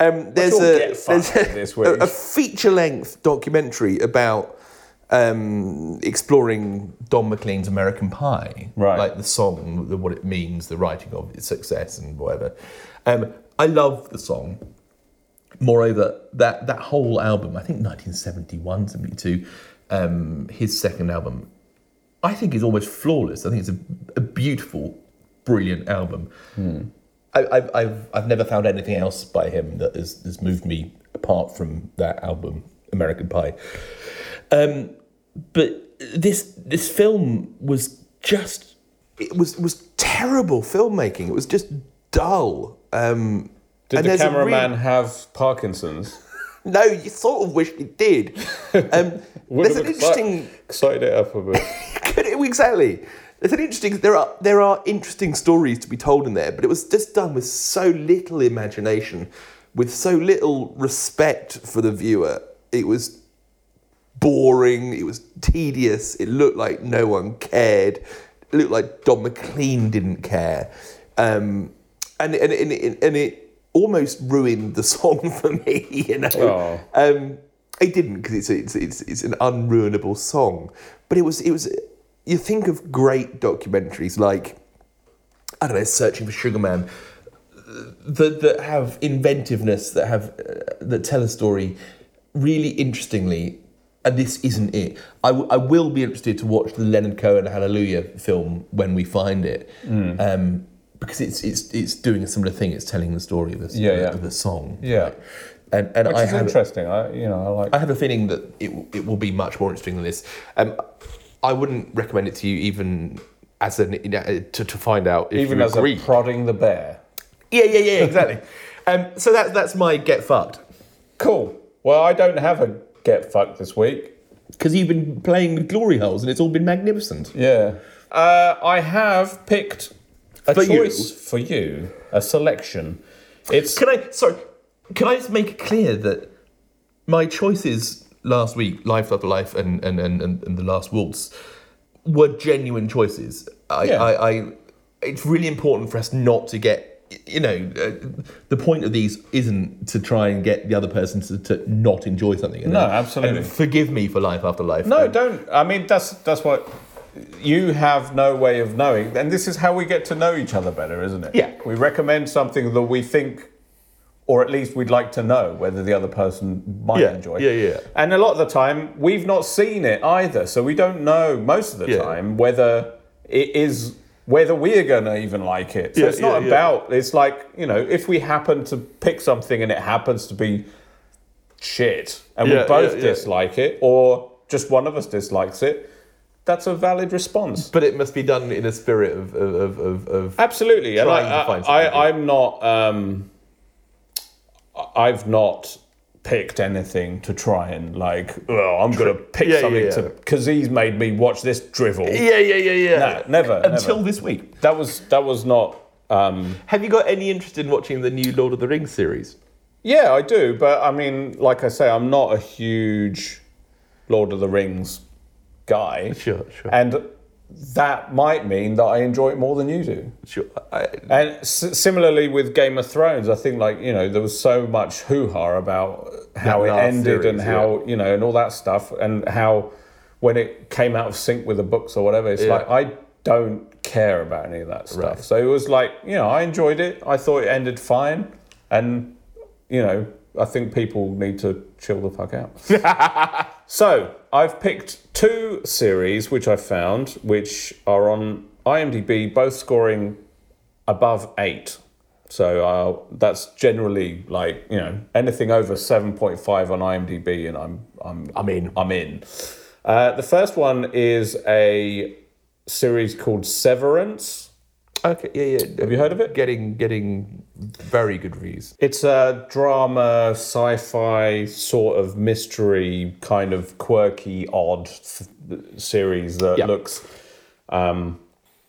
[SPEAKER 3] Um, there's
[SPEAKER 1] all
[SPEAKER 3] a,
[SPEAKER 1] get
[SPEAKER 3] there's
[SPEAKER 1] fucked
[SPEAKER 3] a,
[SPEAKER 1] this week.
[SPEAKER 3] feature length documentary about um, exploring
[SPEAKER 2] Don McLean's American Pie.
[SPEAKER 1] Right.
[SPEAKER 2] Like the song, the, what it means, the writing of its success and whatever. Um, I love the song. Moreover, that, that whole album, I think 1971, 72, um, his second album,
[SPEAKER 1] Hmm.
[SPEAKER 2] I think is almost flawless. I think it's a, a beautiful, brilliant album.
[SPEAKER 3] I, I've, I've, I've never found anything else by him that has, has moved me apart from that album, American Pie. Um, but this this film was just
[SPEAKER 2] It was it was terrible filmmaking. It was just dull. Um,
[SPEAKER 1] Did
[SPEAKER 2] and
[SPEAKER 1] the
[SPEAKER 2] there's a real-
[SPEAKER 1] cameraman have Parkinson's?
[SPEAKER 2] No, you sort of wish he did. Um,
[SPEAKER 1] Would
[SPEAKER 2] there's
[SPEAKER 1] have
[SPEAKER 2] an
[SPEAKER 1] exci-
[SPEAKER 2] interesting.
[SPEAKER 1] excited it up a bit.
[SPEAKER 2] Could it- exactly. There's an interesting. There are there are interesting stories to be told in there, but it was just done with so little imagination, with so little respect for the viewer. It was boring. It was tedious. It looked like no one cared. It looked like Don McLean didn't care, um, and and and it, and it almost ruined the song for me. You know.
[SPEAKER 1] Oh.
[SPEAKER 2] Um, it didn't because it's, it's it's it's an unruinable song, but it was it was. You think of great documentaries like I don't know, Searching for Sugar Man,
[SPEAKER 3] that that have inventiveness that have uh, that tell a story really interestingly and this isn't it I, w- I will be interested to watch the leonard cohen hallelujah film when we find it
[SPEAKER 1] Mm.
[SPEAKER 3] um, because it's it's it's doing a similar thing it's telling the story of a,
[SPEAKER 1] Yeah, yeah.
[SPEAKER 3] Of a song
[SPEAKER 1] Yeah.
[SPEAKER 3] and and
[SPEAKER 1] Which
[SPEAKER 3] i
[SPEAKER 1] is
[SPEAKER 3] have
[SPEAKER 1] interesting. I, you know, I like.
[SPEAKER 3] i have a feeling that
[SPEAKER 2] it w- it will be much more interesting than this. Um, I wouldn't recommend it to you even as an to, to find out if
[SPEAKER 1] even
[SPEAKER 2] you
[SPEAKER 1] as
[SPEAKER 2] agree.
[SPEAKER 1] a prodding the bear.
[SPEAKER 2] yeah, yeah, yeah, exactly.
[SPEAKER 3] um, so that that's my get fucked
[SPEAKER 1] Cool. Well, I don't have a get fucked this week.
[SPEAKER 3] because you've been playing with glory holes and it's all been magnificent
[SPEAKER 1] Yeah. Uh, I have picked a
[SPEAKER 3] For you.
[SPEAKER 1] choice for you, a selection. It's
[SPEAKER 3] Can I? Sorry. Can I just make it clear that my choices last week, Life After Life, and and and, and, and the Last Waltz, were genuine choices. I,
[SPEAKER 1] Yeah.
[SPEAKER 3] I, I, it's really important for us not to get. You know, uh, the point of these isn't to try and get the other person to, to not enjoy something. And
[SPEAKER 1] No,
[SPEAKER 3] and
[SPEAKER 1] absolutely.
[SPEAKER 3] forgive me for Life After Life.
[SPEAKER 1] No,
[SPEAKER 3] Um,
[SPEAKER 1] don't. I mean, that's that's what you have no way of knowing, and this is how we get to know each other better, isn't it?
[SPEAKER 3] Yeah.
[SPEAKER 1] We recommend something that we think, or at least we'd like to know whether the other person might
[SPEAKER 3] Yeah,
[SPEAKER 1] enjoy.
[SPEAKER 3] yeah, yeah.
[SPEAKER 1] And a lot of the time, we've not seen it either, so we don't know most of the
[SPEAKER 3] Yeah.
[SPEAKER 1] time whether it is whether we're gonna even like it. So
[SPEAKER 3] Yeah,
[SPEAKER 1] it's not
[SPEAKER 3] yeah, yeah.
[SPEAKER 1] about. It's like you know, if we happen to pick something and it happens to be shit and
[SPEAKER 3] Yeah,
[SPEAKER 1] we both
[SPEAKER 3] yeah, yeah.
[SPEAKER 1] dislike it or just one of us dislikes it that's a valid response
[SPEAKER 2] But it must be done in a spirit of of of, of
[SPEAKER 1] absolutely and
[SPEAKER 2] Trying
[SPEAKER 1] I,
[SPEAKER 2] to find
[SPEAKER 1] I,
[SPEAKER 2] something.
[SPEAKER 1] I, i'm not um, I- i've not picked anything to try and like oh i'm gonna pick
[SPEAKER 2] Yeah, yeah,
[SPEAKER 1] something
[SPEAKER 2] yeah.
[SPEAKER 1] to because he's made me watch this drivel
[SPEAKER 2] yeah, yeah, yeah, yeah.
[SPEAKER 1] no, never
[SPEAKER 3] Until
[SPEAKER 1] never.
[SPEAKER 3] this week,
[SPEAKER 1] that was that was not um,
[SPEAKER 2] Have you got any interest in watching the new Lord of the Rings series?
[SPEAKER 1] Yeah, I do, but I mean, like I say, I'm not a huge Lord of the Rings guy.
[SPEAKER 2] Sure, sure.
[SPEAKER 1] And that might mean that I enjoy it more than you do.
[SPEAKER 2] Sure. I,
[SPEAKER 1] And s- similarly with Game of Thrones, I think like you know there was so much hoo ha about how
[SPEAKER 2] That
[SPEAKER 1] it
[SPEAKER 2] last
[SPEAKER 1] ended and
[SPEAKER 2] series,
[SPEAKER 1] how you know and all that stuff and how when it came out of sync with the books or whatever, it's
[SPEAKER 2] Yeah.
[SPEAKER 1] like I don't care about any of that stuff.
[SPEAKER 2] Right.
[SPEAKER 1] So it was like you know I enjoyed it. I thought it ended fine, and you know I think people need to chill the fuck out. So I've picked two series which I found, which are on IMDb, both scoring above eight. So uh, that's generally like you know anything over seven point five on IMDb, and I'm I'm
[SPEAKER 2] I'm in.
[SPEAKER 1] I'm in. Uh, the first one is a series called Severance.
[SPEAKER 2] okay. Yeah, yeah.
[SPEAKER 1] Have you heard of it?
[SPEAKER 2] Getting getting very good reviews.
[SPEAKER 1] It's a drama, sci fi, sort of mystery, kind of quirky, odd f- series that
[SPEAKER 2] Yeah.
[SPEAKER 1] looks. Um,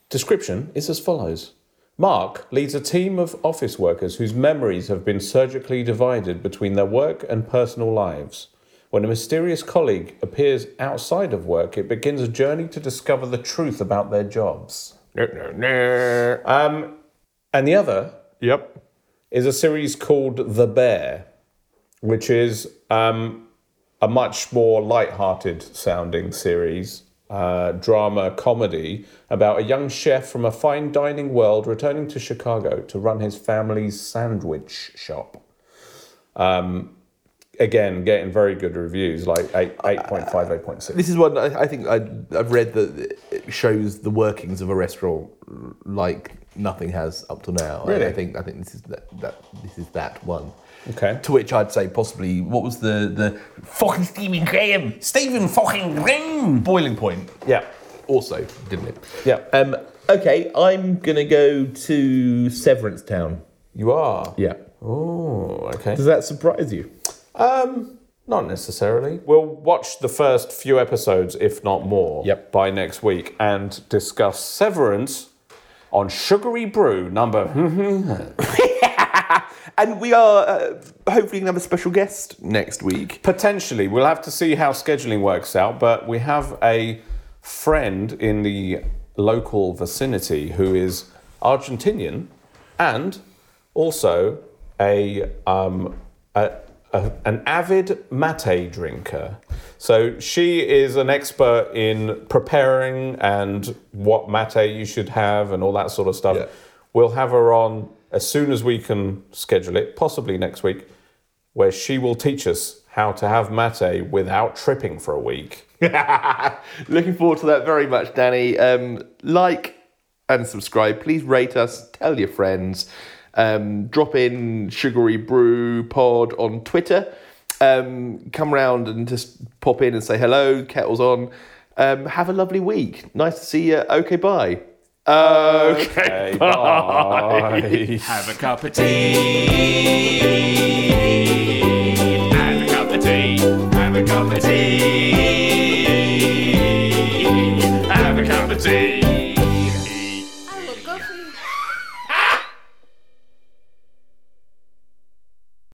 [SPEAKER 1] description is as follows Mark leads a team of office workers whose memories have been surgically divided between their work and personal lives. When a mysterious colleague appears outside of work, it begins a journey to discover the truth about their jobs.
[SPEAKER 2] No, no, no.
[SPEAKER 1] Um, and the other
[SPEAKER 2] Yep.
[SPEAKER 1] is a series called The Bear, which is um, a much more light-hearted sounding series, uh, drama comedy about a young chef from a fine dining world returning to Um, Chicago to run his family's sandwich shop
[SPEAKER 3] again getting very good reviews, like 8, 8.5, 8.6.
[SPEAKER 2] This is one I, I think I, I've read that it shows the workings of a restaurant like nothing has up to now. I- I,
[SPEAKER 3] Really?
[SPEAKER 2] think I think this is that, that this is that one.
[SPEAKER 3] Okay.
[SPEAKER 2] To which I'd say possibly what was the the fucking Stephen Graham Stephen fucking Graham boiling point
[SPEAKER 3] Yeah.
[SPEAKER 2] also didn't it?
[SPEAKER 3] Yeah.
[SPEAKER 2] Um. Okay, I'm gonna go to Severance Town.
[SPEAKER 3] You are.
[SPEAKER 2] Yeah.
[SPEAKER 3] Oh, okay.
[SPEAKER 2] Does that surprise you?
[SPEAKER 3] Um, not necessarily. We'll watch the first few episodes, if not more,
[SPEAKER 2] Yep.
[SPEAKER 3] by next week and discuss Severance on Sugary Brew number.
[SPEAKER 2] And we are uh, hopefully going to have a special guest next week.
[SPEAKER 3] Potentially, we'll have to see how scheduling works out, but we have a friend in the local vicinity who is Argentinian and also a, um, a,
[SPEAKER 1] Uh,
[SPEAKER 3] a an avid mate drinker. So she is an expert in preparing and what mate you should have and all that sort of stuff.
[SPEAKER 1] Yeah.
[SPEAKER 3] We'll have her on as soon as we can schedule it, possibly next week, where she will teach us how to have mate without tripping for a week.
[SPEAKER 2] Looking forward to that very much, Danny. Um, like and subscribe. Please rate us. Tell your friends. Um, drop in Sugary Brew Pod on Twitter. Um, come round and just pop in and say hello. Kettle's on. Um, have a lovely week. Nice to see you. Okay, bye. Okay.
[SPEAKER 3] Okay, bye.
[SPEAKER 6] Have a cup of tea. Have a cup of tea. Have a cup of tea.